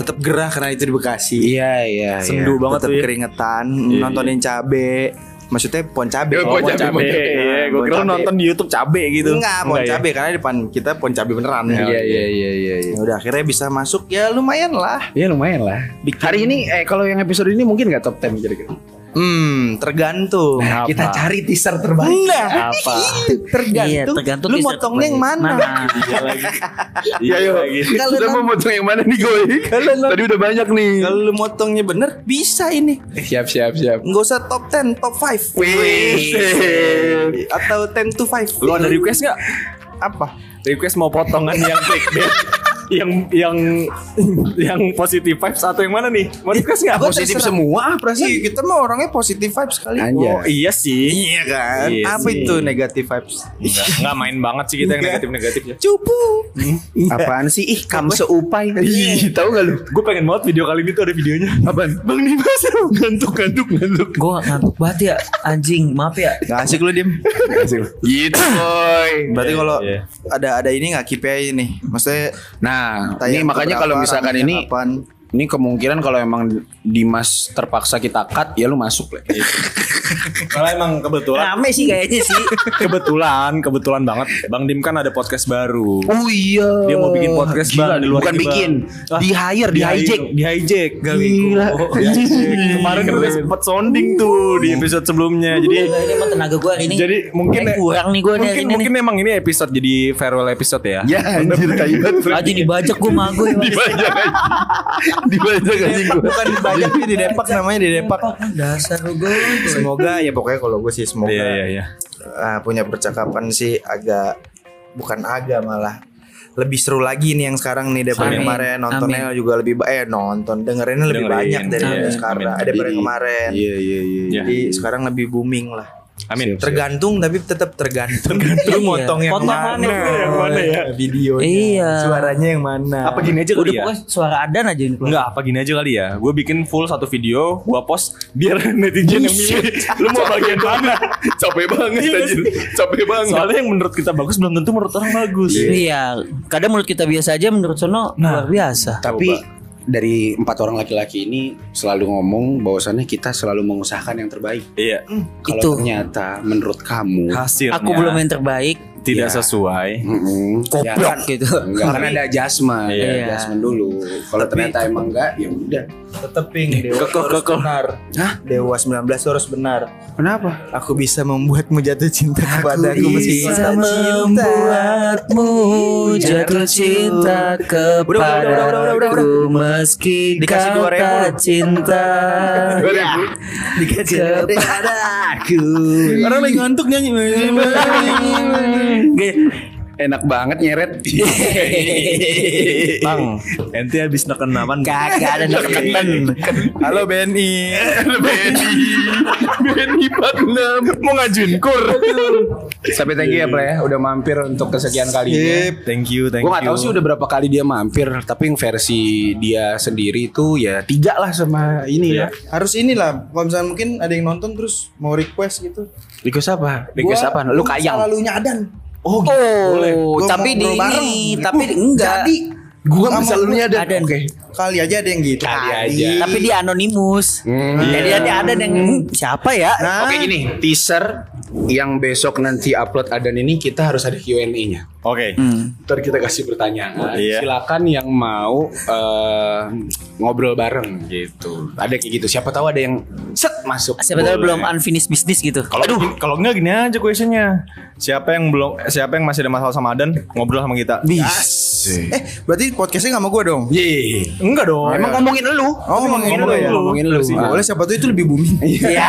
S4: tetap gerah karena itu di Bekasi
S5: Iya, iya.
S2: Sendu
S5: iya.
S2: banget
S4: tetap
S2: tuh. ya.
S4: keringetan
S2: Iya,
S4: nontonin cabe maksudnya pohon cabe
S5: Eh,
S4: Oh,
S5: pohon
S4: pohon
S5: cabe.
S4: cabe
S5: Cabe,
S2: Iya, gue
S4: Pohon
S2: kira
S4: cabe.
S2: nonton di YouTube cabe gitu.
S4: enggak pohon
S2: ya?
S4: cabe karena di depan kita pohon cabe beneran
S5: Iya, iya, iya, iya. iya.
S4: Ya udah akhirnya bisa masuk ya lumayan lah.
S5: Ya lumayan lah. Hari ini, eh kalau yang episode ini mungkin nggak top 10 kira-kira.
S4: Hmm, tergantung.
S2: Apa?
S5: Kita cari teaser terbaik.
S4: Nah,
S2: Apa?
S3: Iya,
S4: tergantung.
S3: tergantung
S4: lu
S3: riset
S4: motongnya yang
S3: terbaik.
S4: mana?
S2: Iya lagi.
S5: Iya, yuk. Kita mau potong yang mana nih gue? Tadi udah banyak nih.
S4: Kalau lu motongnya bener bisa ini.
S5: Siap, siap, siap.
S4: Enggak usah top 10, top 5.
S5: Wih.
S4: Atau 10 to 5.
S2: Lu ada request nggak?
S4: apa?
S2: Request mau potongan yang clickbait yang yang yang positive vibes atau yang mana nih? Mau request nggak?
S4: Gua
S5: Positif
S4: terserah.
S5: semua ah, perasaan.
S4: Iya, kita mah orangnya positive vibes kali.
S5: Anjay.
S2: Oh iya sih.
S4: Iya kan?
S2: Iya
S4: apa
S2: sih.
S4: itu negative vibes?
S2: Nggak, nggak main banget sih kita yang negatif-negatif ya.
S4: Cupu.
S5: Iya. Apaan sih? Ih, kamu seupai. Ih, tahu gak lu?
S2: Gue pengen banget video kali ini tuh ada videonya.
S5: Apaan?
S2: Bang Dimas ngantuk ngantuk ngantuk.
S3: Gua ngantuk banget ya anjing, maaf ya.
S4: Gak asik lu diem.
S5: Gitu, boy.
S4: Berarti
S2: Iya,
S4: kalau
S2: iya.
S4: ada ada ini nggak KPI nih? Maksudnya
S5: Nah, ini
S4: tayang
S5: makanya
S4: keberapa,
S5: kalau misalkan
S4: ramenya
S5: ini
S4: kapan?
S5: ini kemungkinan kalau emang Dimas terpaksa kita cut, ya lu masuk lah.
S2: Kalau emang kebetulan
S3: Rame sih kayaknya sih.
S2: kebetulan kebetulan banget Bang Dim kan ada podcast baru.
S5: Oh iya.
S2: Dia mau bikin podcast
S5: Gila,
S2: Bang, di luar
S5: Bukan
S2: ini,
S5: bikin,
S2: Bang.
S5: di hire, di hijack.
S2: Di hijack gak
S5: Gila.
S2: Oh, Di hijack. Kemarin udah sempet sounding tuh di episode sebelumnya. Jadi
S3: ini emang tenaga gua hari ini.
S2: jadi mungkin
S3: Kayak kurang nih gua nih hari
S2: mungkin,
S3: ini.
S2: mungkin emang ini episode jadi farewell episode ya.
S5: Ya anjir taybat.
S3: Aja dibajak gua mago ya.
S5: Dibajak aja. Dibajak aja gua.
S4: Bukan banyak
S2: Iya,
S4: nih di Depak namanya di Depak.
S3: Dasar lu gua.
S4: Semoga ya pokoknya kalau gue sih semoga
S2: Iya iya iya.
S4: eh, punya percakapan sih agak bukan agak malah lebih seru lagi nih yang sekarang nih daripada
S3: Amin.
S4: kemarin nontonnya juga lebih ba- eh nonton dengerinnya lebih
S2: Dengerin.
S4: banyak dari
S2: Amin.
S4: sekarang
S2: Amin.
S4: ada daripada kemarin
S5: Iya iya iya.
S2: Iya.
S4: jadi sekarang lebih booming lah
S2: Amin.
S4: tergantung tapi tetap tergantung tergantung
S3: Iya.
S4: motong yang
S3: Potong
S4: mana,
S3: mana,
S2: yang mana ya?
S4: videonya
S3: Iya.
S4: suaranya yang mana
S2: Apa gini aja
S3: Udah
S2: kali ya?
S3: pokoknya suara adan aja ini.
S2: Enggak, apa gini aja kali ya. Gue bikin full satu video, gue post biar netizen yang milih. Lu mau bagian mana?
S5: Capek banget
S2: Iya,
S5: anjir. Capek banget.
S2: Soalnya yang menurut kita bagus belum tentu menurut orang bagus.
S3: Iya, kadang menurut kita biasa aja, menurut Sono
S2: Nah.
S3: luar biasa.
S5: Tapi dari empat orang laki-laki ini selalu ngomong bahwasannya kita selalu mengusahakan yang terbaik.
S2: Iya.
S5: Kalau
S3: Itu.
S5: ternyata menurut kamu
S2: Hasilnya
S3: Aku belum yang terbaik,
S2: tidak
S5: Iya.
S2: sesuai.
S5: Mm-mm.
S3: Koplok
S5: Ya kan?
S3: gitu.
S5: Enggak kan ada adjustment,
S2: Iya.
S5: ada adjustment dulu. Kalau
S4: Tapi-
S5: ternyata emang enggak ya udah.
S4: tetep ping dewa
S2: Kekeh,
S4: harus
S2: kekeh.
S4: benar
S5: Hah?
S4: dewa 19 itu harus benar
S5: Kenapa?
S4: aku bisa membuatmu jatuh cinta kepada aku meski
S3: bisa
S4: tak cinta
S3: membuatmu jatuh cinta kepadaku meski
S4: Dikasih
S3: kau
S4: 2.000
S3: tak
S4: lu.
S3: cinta
S4: dikasih
S3: kepadaku.
S4: orang lagi ngantuk nyanyi
S5: Enak banget nyeret.
S2: Bang, ente habis neken naman
S3: Kagak ada neken.
S4: halo BNI
S5: Benny, Benny Patnam mau ngajuin kur. Sampai thank you ya Ple ya, udah mampir untuk kesekian kalinya.
S2: Thank you, thank
S5: Gue
S2: you.
S5: gak tahu sih udah berapa kali dia mampir, tapi yang versi dia sendiri tuh ya tiga lah sama ini
S2: Iya.
S5: ya.
S4: harus inilah kalau misalnya mungkin ada yang nonton terus mau request gitu
S5: Request apa?
S4: Gua
S5: Request apa? Lu kayang. gitu.
S4: selalu nyadan
S3: Oh,
S4: Gua
S3: tapi
S4: ngobrol
S3: di
S4: bareng.
S3: ini, tapi enggak.
S4: jadi
S5: Gua
S4: Sama
S5: masa lu
S4: gua
S5: nyadar.
S3: Adan.
S5: Oke.
S4: kali aja ada yang gitu
S5: Kali aja.
S3: Tapi Iya. di anonimus.
S5: Hmm.
S3: Jadi ada ada yang "Hmm, siapa ya?
S2: Ah.
S4: nah
S5: Oke gini, teaser yang besok nanti upload adan ini kita harus ada Q&A-nya.
S2: Oke.
S5: Ntar kita kasih pertanyaan.
S2: Iya.
S5: Silakan yang mau eh, ngobrol bareng gitu. Ada kayak gitu. Siapa tahu ada yang set masuk.
S3: Siapa tahu belum unfinished business gitu.
S2: Kalau gini- kalau enggak gini aja questionnya. Siapa yang belum siapa yang masih ada masalah sama Adan ngobrol sama kita.
S4: Eh, berarti podcastnya gak sama gue dong?
S2: Iya.
S5: Yeay.
S2: Enggak dong.
S5: Emang ngomongin elu.
S4: Oh, ngomongin lu ya.
S5: Ngomongin lu.
S4: Sih, Boleh siapa tuh itu lebih booming.
S5: Iya.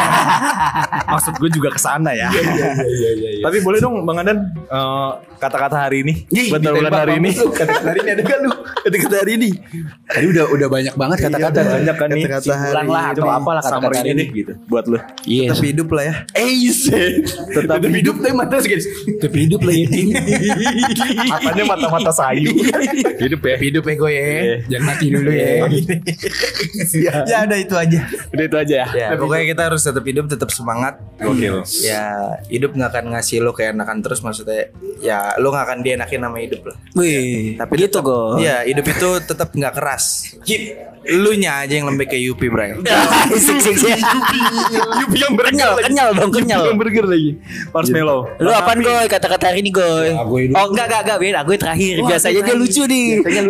S2: maksud gue juga ke sana ya. Tapi boleh dong Bang Adan eh, kata-kata hari ini
S5: Yeay,
S2: buat bulan
S5: ditembak
S2: hari ini.
S5: mampus lu. Kata-kata hari ini ada gak lu? Kata-kata hari ini. Tadi udah udah banyak banget kata-kata.
S2: Banyak kan nih.
S4: Kata-kata hari
S2: Simpulan lah atau apalah kata-kata hari ini gitu buat lu.
S5: Iya.
S4: Tapi hidup lah ya.
S5: Tetap hidup tapi mata segini. Tetap hidup lah ya.
S2: Matanya mata-mata sayu.
S5: Hidup ya. Hidup ya gue ya. Jangan mati dulu ya.
S4: Ya ada itu aja.
S2: Udah itu aja ya.
S4: Ya, pokoknya kita harus tetap hidup, tetap semangat.
S2: Gokil.
S4: Ya, hidup nggak akan ngasih lo keenakan terus maksudnya. Ya, lo nggak akan dienakin sama hidup lah.
S3: Wih,
S4: Tapi
S3: gitu
S4: tetap-
S3: kok.
S4: Iya, hidup itu tetap nggak keras. Lu nya aja yang lembek kayak Yupi, Bray.
S3: Sik, sik, sik.
S2: Yupi yang
S3: Kenyal, kenyal dong, kenyal.
S2: Yang burger lagi. Marshmallow.
S3: Lu apaan goy kata-kata hari ini goy?
S5: Ya,
S3: Oh enggak enggak enggak beda, gue terakhir. Biasanya dia lucu nih.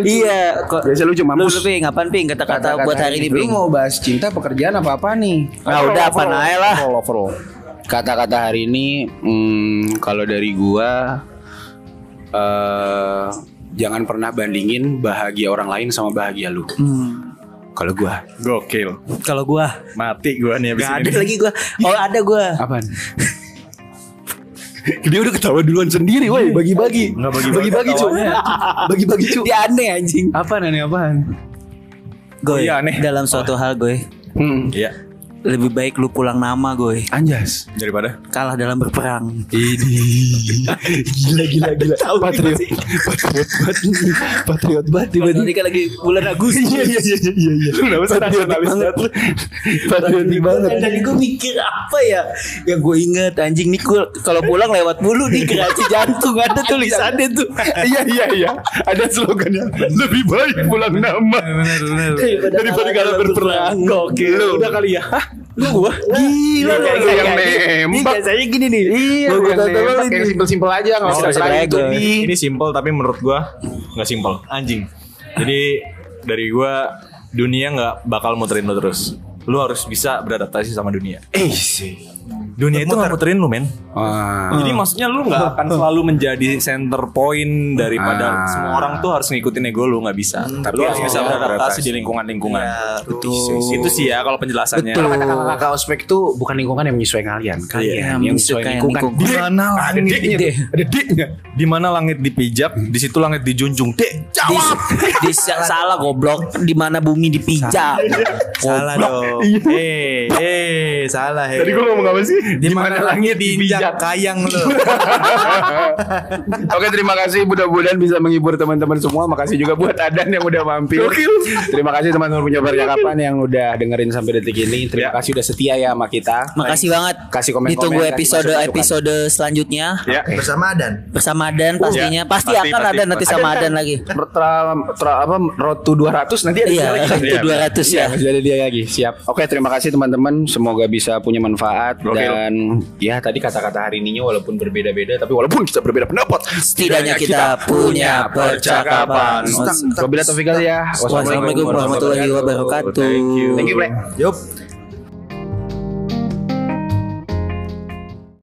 S3: Iya, kok.
S5: Biasa lucu, mampus.
S3: Lu, Lu ping, apaan ping kata-kata buat hari ini
S5: Lu
S3: ping?
S5: mau bahas cinta pekerjaan apa apa nih?
S3: Nah udah apa aja lah.
S5: Kata-kata hari ini hmm, kalau dari gua eh jangan pernah bandingin bahagia orang lain sama bahagia lu.
S3: Hmm.
S5: Kalau gua
S2: Gokil.
S3: Kalau gua
S2: Mati gue nih abis
S3: Gak ada
S2: ini.
S3: lagi gua. Oh ada gua.
S5: apaan? Dia udah ketawa duluan sendiri, woi bagi-bagi,
S2: Nggak bagi-bagi
S5: bagi-bagi cu,
S2: ketawanya.
S5: bagi-bagi cu.
S3: Dia aneh anjing.
S5: Apaan aneh apaan?
S3: Goy,
S2: Iya, aneh.
S3: dalam suatu hal goy,
S5: Hmm.
S2: Iya.
S3: lebih baik lu pulang nama goy,
S5: Anjas.
S2: Daripada
S3: kalah dalam berperang.
S5: gila gila gila. patriot, patriot banget, nih. patriot banget tiba-tiba.
S3: Nanti kan lagi bulan Agustus.
S5: iya iya iya iya. Lu enggak usah nasionalis banget lu. Patriotik banget.
S3: Dan tadi gue mikir apa ya Yang gue inget anjing nih gua Kalau pulang lewat mulu nih keracu jantung Ada tulisannya tuh
S5: Iya iya iya. Ada slogannya lebih baik pulang nama daripada kalah berperang.
S3: Gokil
S2: udah kali ya. Hah?
S3: Gua Gila lu
S5: Lu Iya, yang nembak.
S3: Biasanya gini nih
S5: Iya,
S3: Gua- gua
S5: yang
S3: tau- tau
S5: nembak,
S3: ini.
S5: yang simpel-simpel aja nggak usah
S3: Nggak usah
S5: terlalu
S3: seragam.
S5: di.
S2: Ini simple tapi menurut gua nggak simple. Anjing. Jadi dari gua dunia nggak bakal muterin lu terus. Lu harus bisa beradaptasi sama dunia.
S5: Eh sih.
S2: Dunia itu nggak muterin lu men. Jadi maksudnya lu nggak akan selalu menjadi center point daripada
S5: Ah.
S2: semua orang tuh harus ngikutin ego lu nggak bisa.
S5: tapi
S2: lu harus
S5: ya,
S2: bisa
S5: ya,
S2: beradaptasi di lingkungan-lingkungan.
S4: Betul.
S2: Itu sih ya kalau penjelasannya.
S5: Kata kata ospek tuh bukan lingkungan yang menyesuaikan kalian, kalian yang menyesuaikan lingkungan.
S2: Di mana langit
S3: Dek.
S5: Ada diknya.
S2: Di mana langit dipijak, di situ langit dijunjung. Dek,
S3: Di,
S2: jawab.
S3: di- salah goblok di mana bumi dipijak
S4: Salah dong.
S2: Eh, eh,
S4: Salah ya.
S2: Tadi gua ngomong apa sih?
S4: Di mana langit
S2: Iya.
S4: diinjak kayang lo.
S5: Oke terima kasih mudah-mudahan bisa menghibur teman-teman semua. Makasih juga buat Adan yang udah mampir. Terima kasih teman-teman punya percakapan yang udah dengerin sampai detik ini. Terima
S2: Ya.
S5: kasih udah setia ya sama kita.
S3: Makasih banget.
S5: Kasih komen-komen,
S3: Ditunggu
S5: kasih
S3: episode
S5: masukan-masukan.
S3: episode selanjutnya
S2: Ya.
S4: Bersama Adan.
S3: bersama Adan pastinya.
S2: Iya.
S3: Pasti,
S2: Pasti,
S3: akan
S2: pasti,
S3: ada nanti
S2: pasti.
S3: sama Adan lagi.
S5: Tra, tra, apa road to 200 nanti ada
S3: Iya,
S5: dia lagi.
S3: road to 200
S5: Iya,
S3: ya.
S5: masih ada dia lagi. Siap. Oke, terima kasih teman-teman. Semoga bisa punya manfaat
S2: Gokil.
S5: dan ya tadi kata-kata hari ininya walaupun berbeda-beda tapi walaupun kita berbeda pendapat,
S3: Setidaknya kita punya percakapan.
S5: Wabillahi taufiq ya.
S3: Wassalamualaikum warahmatullahi wabarakatuh.
S5: Thank you, Black.
S4: Yup.